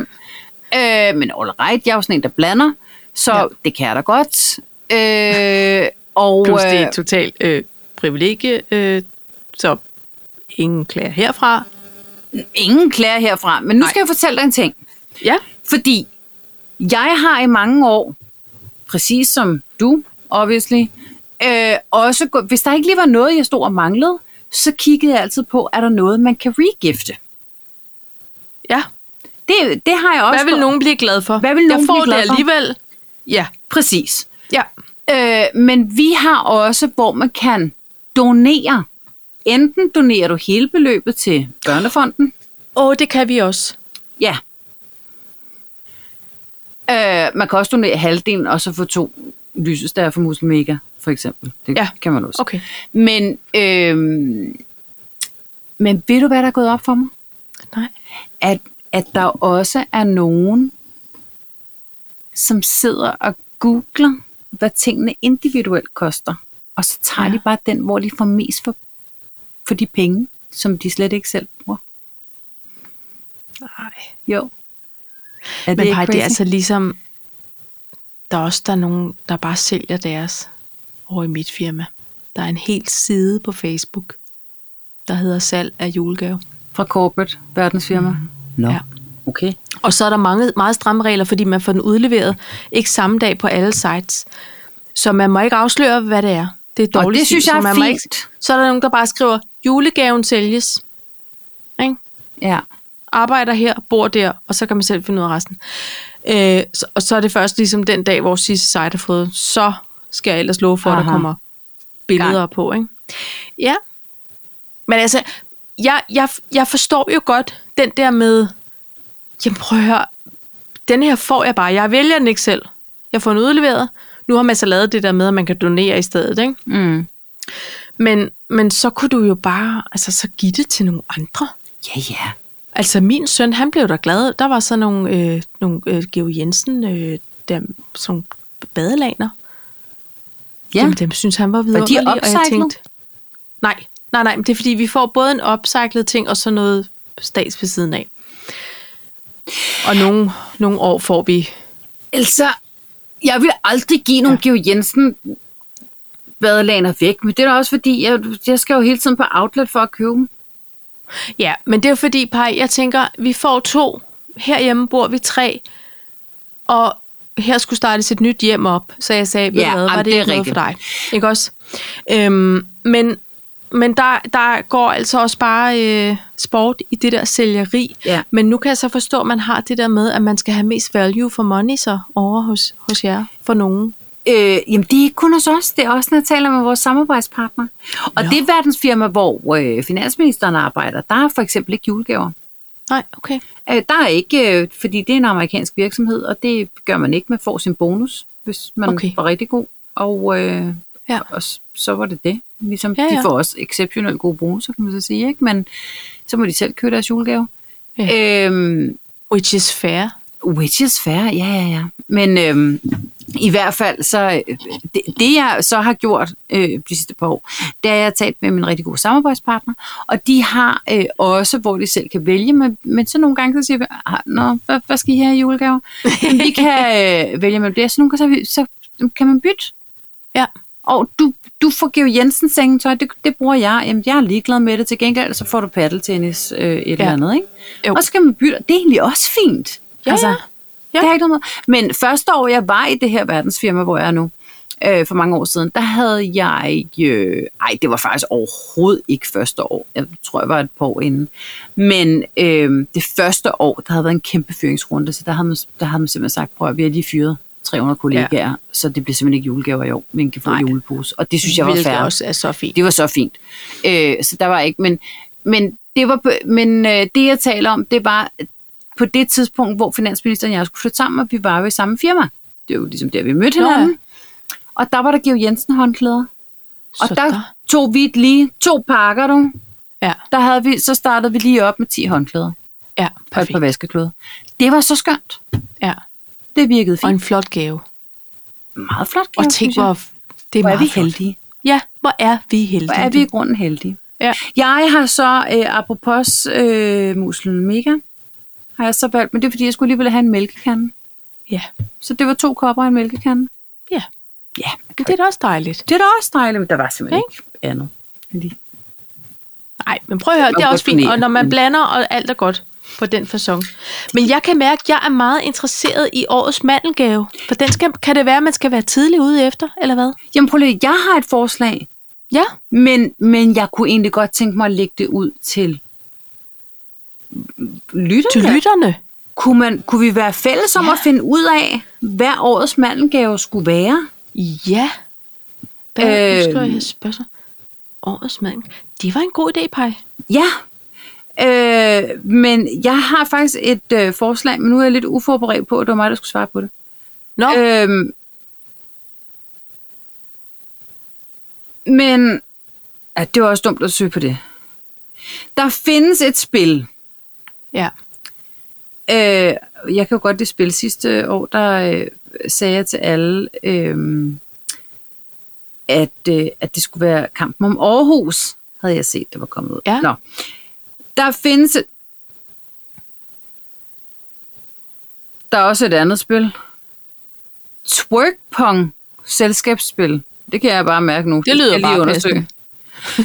B: Øh, men all right, jeg er jo sådan en, der blander, så ja.
A: Ja.
B: det kan jeg da godt. Øh, og,
A: Plus det
B: øh,
A: er et totalt øh, privilegie, øh, så ingen klager herfra.
B: ingen klager herfra. Men nu
A: Nej.
B: skal jeg fortælle dig en ting.
A: Ja,
B: Fordi jeg har i mange år, præcis som du, obviously, øh, også gå, hvis der ikke lige var noget, jeg stod og manglede, så kiggede jeg altid på, er der noget, man kan regifte.
A: ja.
B: Det, det har jeg også.
A: Hvad vil
B: gjort.
A: nogen blive glad for?
B: Hvad vil nogen
A: jeg får
B: blive glad
A: det
B: for?
A: alligevel. Ja,
B: Præcis.
A: ja.
B: Øh, men vi har også, hvor man kan donere. Enten donerer du hele beløbet til Børnefonden.
A: Og det kan vi også.
B: Ja. Øh, man kan også donere halvdelen, og så få to lysestager for Muslimega, for eksempel. Det ja.
A: Ja.
B: kan man også.
A: Okay.
B: Men, øh, men ved du, hvad der er gået op for mig?
A: Nej.
B: At, at der også er nogen, som sidder og googler, hvad tingene individuelt koster. Og så tager ja.
A: Ja.
B: de bare den, hvor de får mest for, for de penge, som de slet ikke selv bruger.
A: Nej.
B: Jo. Er
A: Men
B: ikke
A: bare, det
B: crazy?
A: er altså ligesom, der er også der er nogen, der bare sælger deres over i mit firma. Der er en hel side på Facebook, der hedder salg af julegave.
B: Fra corporate verdensfirma? Mm. Nå.
A: Ja.
B: Okay.
A: Og så er der mange, meget stramme regler, fordi man får den udleveret ikke samme dag på alle sites. Så man må ikke afsløre, hvad det er. Det er
B: Og
A: dårligt.
B: det
A: stil,
B: synes jeg
A: så
B: er
A: man må
B: fint.
A: Ikke, så er der nogen, der bare skriver, julegaven sælges. Ikke?
B: Ja.
A: arbejder her, bor der, og så kan man selv finde ud af resten. Øh, så, og så er det først ligesom den dag, hvor sidste site er fået, så skal jeg ellers love for, at der
B: Aha.
A: kommer billeder på. Ikke? Ja. Men altså, jeg, jeg, jeg forstår jo godt den der med, jamen prøv at høre, den her får jeg bare, jeg vælger den ikke selv. Jeg får den udleveret. Nu har man så lavet det der med, at man kan donere i stedet, ikke?
B: Mm.
A: Men, men så kunne du jo bare, altså så give det til nogle andre.
B: Ja, ja.
A: Altså min søn, han blev da glad. Der var så nogle, øh, nogle øh, Geo Jensen, øh, der, som badelaner. Ja.
B: Ja.
A: Jamen, dem synes han var vidunderlige.
B: upcyclet?
A: nej, nej, nej, men det er fordi, vi får både en upcyclet ting og så noget stats ved siden af. Og nogle, nogle år får vi...
B: Altså, jeg vil aldrig give nogen ja. Geo Jensen vadelaner væk, men det er da også fordi, jeg, jeg skal jo hele tiden på outlet for at købe dem.
A: Ja, men det er fordi, Paj, jeg tænker, vi får to. Herhjemme bor vi tre. Og her skulle startes et nyt hjem op. Så jeg sagde, ved
B: Ja,
A: ja, hvad,
B: jamen,
A: var det,
B: det er
A: ikke noget for
B: rigtigt.
A: dig? Ikke også? Øhm, men men der, der går altså også bare øh, sport i det der sælgeri.
B: Ja.
A: Men nu kan jeg så forstå, at man har det der med, at man skal have mest value for money så over hos, hos jer, for nogen.
B: Øh, jamen, det er ikke kun hos os. Det er også, når jeg taler med vores samarbejdspartner. Og
A: Nå.
B: det verdensfirma, hvor øh, finansministeren arbejder, der er for eksempel ikke julegaver.
A: Nej, okay.
B: Øh, der er ikke, øh, fordi det er en amerikansk virksomhed, og det gør man ikke. Man får sin bonus, hvis man
A: Okay.
B: okay. var rigtig god. Og, øh,
A: Ja.
B: ja. og s- så var det det. Ligesom
A: Ja,
B: ja, ja.
A: ja.
B: de får også exceptionelt gode bonusser, kan man så sige. Ikke? Men så må de selv købe deres julegave. Ja. Øhm,
A: Which is fair.
B: Which is fair, ja, ja, ja. Men øhm, i hvert fald, så øh, det, det jeg så har gjort øh, de sidste par år, det er, at jeg har talt med min rigtig gode samarbejdspartner, og de har øh, også, hvor de selv kan vælge, men, men så nogle gange så siger vi, "Ah, Nå, hvad, hvad skal I have i julegaver? Men vi kan øh, vælge mellem det, så nogle gange så, har vi, så kan man bytte.
A: Ja.
B: Og du, du får Geo Jensen sengetøj, det, det bruger jeg. Jamen, jeg er ligeglad med det. Til gengæld, så får du paddeltennis øh, et ja. eller andet, ikke?
A: Jo.
B: Og så kan man bytte. Det er egentlig også fint. Altså,
A: Ja, ja. Ja.
B: Det er ikke noget. med. Men første år, jeg var i det her verdensfirma, hvor jeg er nu, øh, for mange år siden, der havde jeg... Øh, ej, det var faktisk overhovedet ikke første år. Jeg tror, jeg var et par år inden. Men øh, det første år, der havde været en kæmpe fyringsrunde, så der havde man, der havde man simpelthen sagt, prøv at vi har lige fyret 300 kollegaer, ja. så det bliver simpelthen ikke julegaver i år, men kan få
A: Nej.
B: en julepose. Og det synes jeg var
A: Hvilket
B: fair.
A: også er så fint.
B: Det var så fint. Øh, så der var ikke, men, men, det, var, på- men øh, det jeg taler om, det var på det tidspunkt, hvor finansministeren og jeg skulle flytte sammen, og vi var jo i samme firma. Det er jo ligesom der, vi mødte
A: Nå, ja.
B: hinanden. Og der var der Georg Jensen håndklæder. Og
A: Så
B: der, der tog vi lige to pakker, du.
A: Ja,
B: Der havde vi, så startede vi lige op med 10 håndklæder
A: ja,
B: og et
A: perfekt.
B: par vaskeklod. Det var så skønt.
A: Ja.
B: Det virkede
A: Og
B: fint.
A: en flot gave.
B: meget flot gave,
A: Og tænk,
B: synes jeg.
A: hvor, det er,
B: hvor er
A: meget
B: vi
A: flot.
B: heldige.
A: Ja, hvor er vi heldige.
B: Hvor er vi i grunden heldige.
A: Ja.
B: Jeg har så, øh, apropos øh, muslen mega, har jeg så valgt, men det er fordi, jeg skulle alligevel have en mælkekande.
A: Ja.
B: Så det var to kopper og en mælkekande.
A: ja,
B: Ja,
A: men det er da også dejligt.
B: det er da også dejligt, men der var simpelthen ikke andet. Lige.
A: Nej, men prøv at høre,
B: Man
A: det er
B: kan
A: også
B: godt
A: fint.
B: donere,
A: Og når man
B: men-
A: blander, og alt er godt på den façon. Men jeg kan mærke, at jeg er meget interesseret i årets mandelgave. For den skal, kan det være, at man skal være tidlig ude efter, eller hvad?
B: Jamen prøv lige, jeg har et forslag,
A: Ja,
B: men, men jeg kunne egentlig godt tænke mig at lægge det ud til lytterne.
A: til lytterne.
B: Kunne, man, kunne vi være fælles om ja. at finde ud af, hvad årets mandelgave skulle være?
A: Ja. Hvad, nu
B: Øh.
A: skriver jeg spørgsmål. Årets mandel. Det var en god idé, Paj.
B: Ja, øh, men jeg har faktisk et øh, forslag, men nu er jeg lidt uforberedt på, at det var mig, der skulle svare på det.
A: Nå, øh,
B: Øh, men ja, det var også dumt at søge på det. Der findes et spil.
A: ja.
B: Øh, jeg kan jo godt det spil sidste år, der øh, sagde jeg til alle, øh, at, øh, at det skulle være kampen om Aarhus, havde jeg set, der var kommet ud.
A: Ja.
B: Nå. Der findes... Der er også et andet spil. Twerkpong selskabsspil. Det kan jeg bare mærke nu.
A: Det lyder
B: skal jeg lige
A: bare
B: undersøge.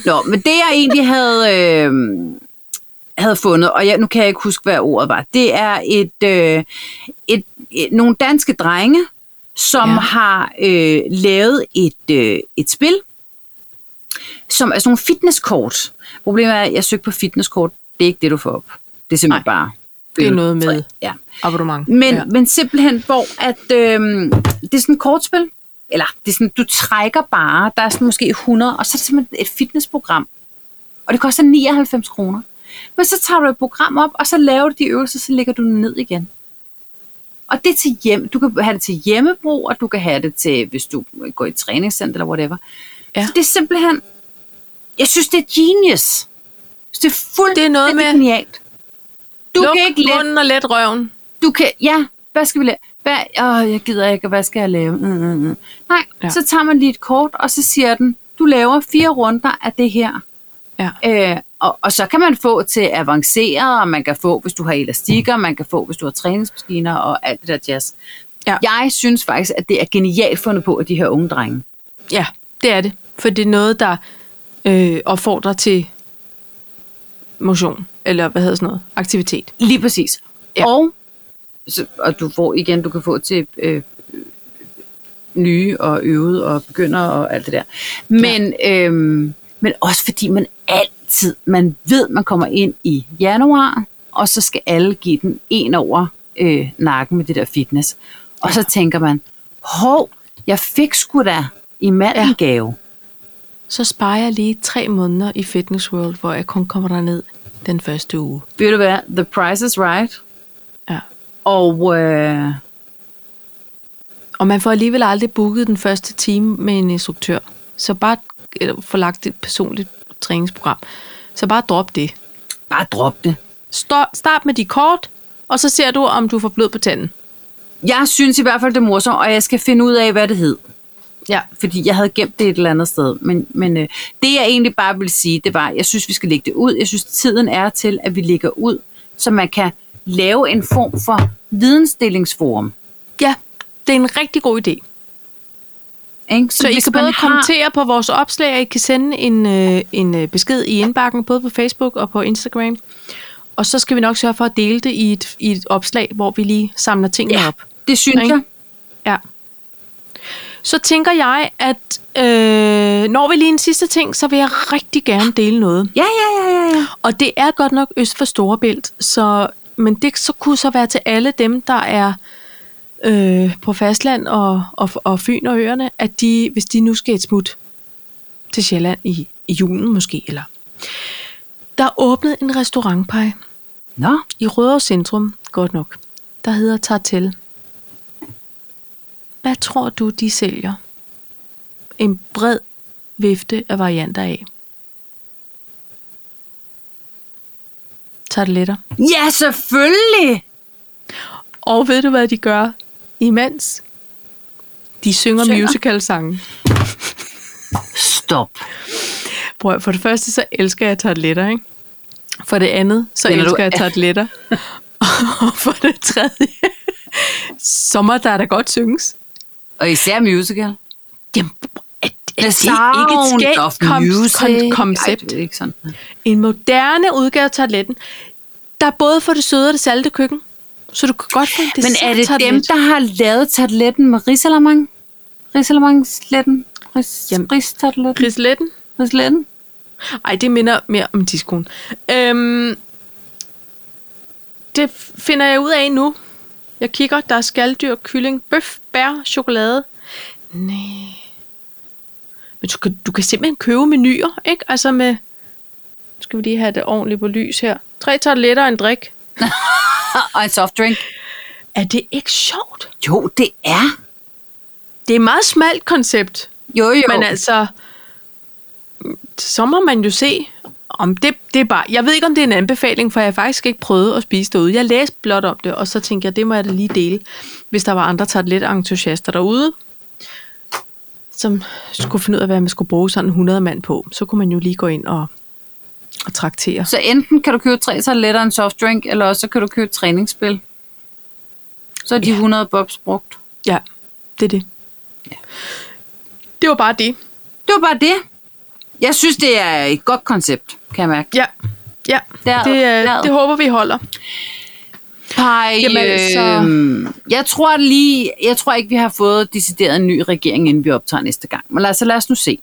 B: Nå, men det jeg egentlig havde, øh, havde fundet, og jeg, nu kan jeg ikke huske, hvad ordet var, det er et, øh, et, et nogle danske drenge, som
A: Ja.
B: ja. har øh, lavet et, øh, et spil, som er sådan nogle fitnesskort. Problemet er, at jeg søgte på fitnesskort. Det er ikke det, du får op. Det er simpelthen Nej, bare...
A: det er noget med-
B: Ja.
A: Abonnement.
B: Men,
A: ja.
B: ja. men simpelthen, hvor at, øh, det er sådan et kortspil. Eller det er sådan, du trækker bare, der er sådan måske 100, og så er det simpelthen et fitnessprogram. Og det koster 99 kroner. Men så tager du et program op, og så laver du de øvelser, så lægger du den ned igen. Og det er til hjem. Du kan have det til hjemmebrug, og du kan have det til, hvis du går i et træningscenter eller whatever.
A: Ja.
B: Ja. Så det er simpelthen... Jeg synes, det er genius. Jeg synes, det er fuldstændig
A: Det er noget med-
B: genialt. Du
A: Luk
B: kan ikke lade
A: munden og let røven.
B: du kan, ja, hvad skal vi lave? Hvad, åh, jeg gider ikke, og hvad skal jeg lave? Mm, mm, mm. Nej,
A: Ja.
B: ja. så tager man lige et kort, og så siger den, du laver fire runder af det her,
A: Ja.
B: øh, og, og så kan man få til avanceret, og man kan få, hvis du har elastikker, man kan få, hvis du har træningsmaskiner og alt det der jazz.
A: Ja.
B: Jeg synes faktisk, at det er genialt fundet på af de her unge drenge.
A: Ja, det er det. For det er noget, der øh, opfordrer til motion, eller hvad hedder sådan noget, aktivitet.
B: Lige præcis.
A: Ja.
B: Ja. Og, så, og du får igen, du kan få til øh, øh, nye og øvede og begynder og alt det der. Men, ja. øhm, men også fordi man altid, man ved, man kommer ind i januar, og så skal alle give den en over øh, nakken med det der fitness. Og ja. så tænker man, hov, jeg fik sgu da i mand
A: Ja.
B: en gave.
A: Så sparer jeg lige tre måneder i Fitness World, hvor jeg kun kommer derned den første uge.
B: Ved du hvad? The price is right.
A: Ja.
B: Og øh,
A: Og man får alligevel aldrig booket den første time med en instruktør. Så bare eller få lagt et personligt træningsprogram. Så bare drop det.
B: bare drop det.
A: Stop, start med de kort, og så ser du, om du får blød på tanden.
B: Jeg synes i hvert fald, det er morsomt, og jeg skal finde ud af, hvad det hed.
A: Ja.
B: Fordi jeg havde gemt det et eller andet sted. Men, men øh, det, jeg egentlig bare ville sige, det var, jeg synes, vi skal lægge det ud. Jeg synes, tiden er til, at vi lægger ud, så man kan lave en form for vidensdelingsforum.
A: Ja, det er en rigtig god idé.
B: Ikke?
A: Så I
B: hvis
A: kan
B: man
A: både kommentere på vores opslag, og I kan sende en, øh, en øh, besked i indbakken, både på Facebook og på Instagram. Og så skal vi nok sørge for at dele det i et, i et opslag, hvor vi lige samler tingene
B: Ja,
A: op.
B: det synes
A: Ikke?
B: jeg.
A: Ja. Så tænker jeg, at øh, når vi lige en sidste ting, så vil jeg rigtig gerne dele noget.
B: Ja, ja, ja, ja. ja.
A: Og det er godt nok øst for Storebælt, så, men det så kunne så være til alle dem, der er øh, på fastland og, og, og Fyn og øerne, at de, hvis de nu skal et smut til Sjælland i, i julen måske, eller der er åbnet en restaurantpej
B: Nå,
A: i Rødovre Centrum, godt nok, der hedder Tartel. Hvad tror du, de sælger? En bred vifte af varianter af. Tarteletter.
B: ja, selvfølgelig.
A: Og ved du, hvad de gør imens? De synger,
B: Synger.
A: synger. musical-sange.
B: Stop.
A: Prøv, at- for det første, så elsker jeg tarteletter, ikke? For det andet, så
B: Mener
A: Mener
B: du-
A: elsker du? jeg tarteletter. <laughs> og for det tredje, så må der da godt synges.
B: Og især musical.
A: Jamen, er, er
B: The
A: det ikke et
B: sound
A: skægt
B: of
A: kom-
B: music.
A: kon-
B: Ej,
A: koncept?
B: det er ikke sådan.
A: En moderne udgave af toiletten, der er både for det søde og det salte køkken. Så du kan godt få en
B: Men er det
A: dessert-tartelet.
B: dem, der har lavet tartletten med risalamang? Risalamangsletten? Ris,
A: Jamen,
B: ristartletten?
A: Risletten?
B: Risletten?
A: Ej, det minder mere om diskoen. Øhm, det finder jeg ud af nu. Jeg kigger, der er skalddyr, kylling, bøf, bær, chokolade. Nej. Men du kan, du kan simpelthen købe menuer, ikke? Altså med... Nu skal vi lige have det ordentligt på lys her. Tre tarteletter og en drik.
B: Og en softdrink?
A: Er det ikke sjovt?
B: Jo, det er.
A: Det er et meget smalt koncept.
B: Jo, jo.
A: Men altså, så må man jo se, om det, det er bare... Jeg ved ikke, om det er en anbefaling, for jeg har faktisk ikke prøvet at spise derude. Jeg læste blot om det, og så tænkte jeg, det må jeg da lige dele, hvis der var andre tartelet-entusiaster derude, som skulle finde ud af, hvad man skulle bruge sådan 100 mand på. Så kunne man jo lige gå ind og, og traktere.
B: Så enten kan du købe tre tartletter og en softdrink, eller også så kan du købe et træningsspil. Så er de 100 bobs brugt.
A: Ja, det er det. Det var bare det.
B: Det var bare det. Jeg synes, det er et godt koncept, kan jeg mærke.
A: Ja, ja.
B: Der-
A: det,
B: der-
A: øh, det håber vi holder.
B: Pej,
A: Jamen,
B: øh, jeg tror lige, jeg tror ikke, vi har fået decideret en ny regering, inden vi optager næste gang. Men lad os, så lad os nu se.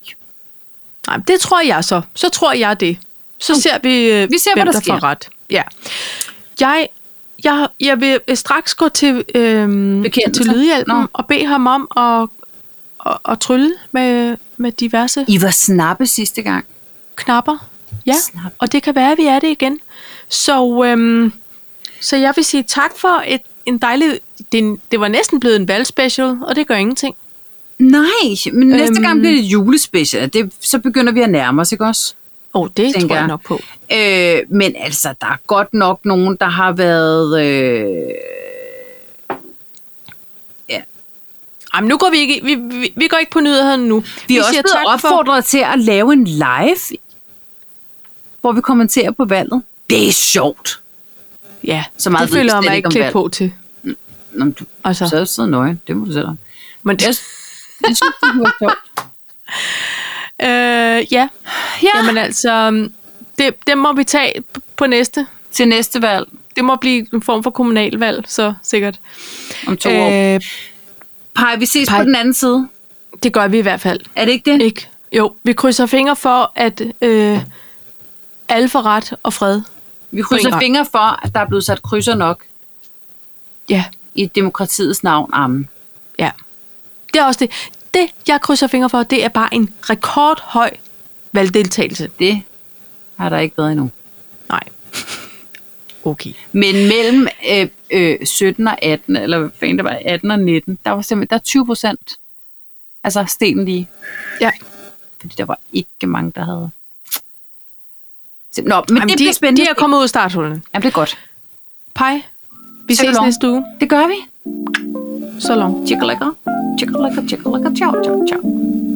A: Nej, men det tror jeg så. Så tror jeg det. Så ser vi, øh,
B: Vi ser, hvad
A: hvem
B: der
A: der
B: sker.
A: får ret. Ja. Jeg, jeg, jeg vil øh, straks gå til, øhm,
B: Bekendelser.
A: til lydhjælpen
B: Nå.
A: og bede ham om at, at, at trylle med, med diverse
B: I var snappe sidste gang.
A: knapper. Ja,
B: Snap.
A: og det kan være, at vi er det igen. Så, øhm, så jeg vil sige tak for et, en dejlig... Det, er en- det var næsten blevet en valgspecial, og det gør ingenting.
B: Nej, men næste
A: Øhm.
B: gang bliver det julespecial. Det, så begynder vi at nærme os, ikke også?
A: Åh, oh, det
B: Tænker
A: tror jeg
B: jeg.
A: nok på.
B: Øh, men altså, der er godt nok nogen, der har været... Øh,
A: Jamen, nu går vi ikke... Vi, vi, vi går ikke på nyhederne nu.
B: vi er også blevet
A: for-
B: opfordret til at lave en live hvor vi kommenterer på valget. Det er sjovt.
A: Ja,
B: Så meget
A: det
B: ved
A: føler
B: jeg
A: jeg
B: slet
A: mig
B: ikke
A: ikke
B: om
A: klædt
B: valg.
A: på til.
B: Nå, men du
A: Altså.
B: så. sad sidder nøgen, det må du selv om.
A: Men,
B: Jeg, jeg synes, det var sjovt.
A: øh, ja,
B: <laughs> Ja, Jamen.
A: Jamen altså, øhm, det, det må vi tage p- på næste.
B: til næste valg
A: Det må blive en form for kommunalvalg, så sikkert.
B: om to øh. år. Pej, vi ses Pej.
A: Pej.
B: på den anden side.
A: det gør vi i hvert fald.
B: Er det ikke det?
A: Ikke? Jo, vi krydser fingre for, at øh, alle får ret og fred.
B: Vi krydser
A: gang.
B: fingre for, at der er blevet sat krydser nok
A: Ja,
B: i demokratiets navn. Amen.
A: ja. Det er også det. Det, jeg krydser fingre for, det er bare en rekordhøj valgdeltagelse.
B: Det har der ikke været endnu.
A: Nej. Okay.
B: Men mellem øh, øh, 17 og 18, eller hvad fanden det var, 18 og 19, der var simpelthen der er 20 procent. Altså stenen lige.
A: Ja.
B: Fordi der var ikke mange, der havde. Sim- Nå, men Jamen, det
A: de,
B: bliver spændende.
A: De er kommet ud af starthullen.
B: Jamen, det er godt.
A: Pej, vi
B: Så
A: ses
B: long.
A: næste uge.
B: Det gør vi.
A: Så long.
B: Tjekker lækker. Tjekker lækker, tjekker lækker. Ciao, ciao, ciao.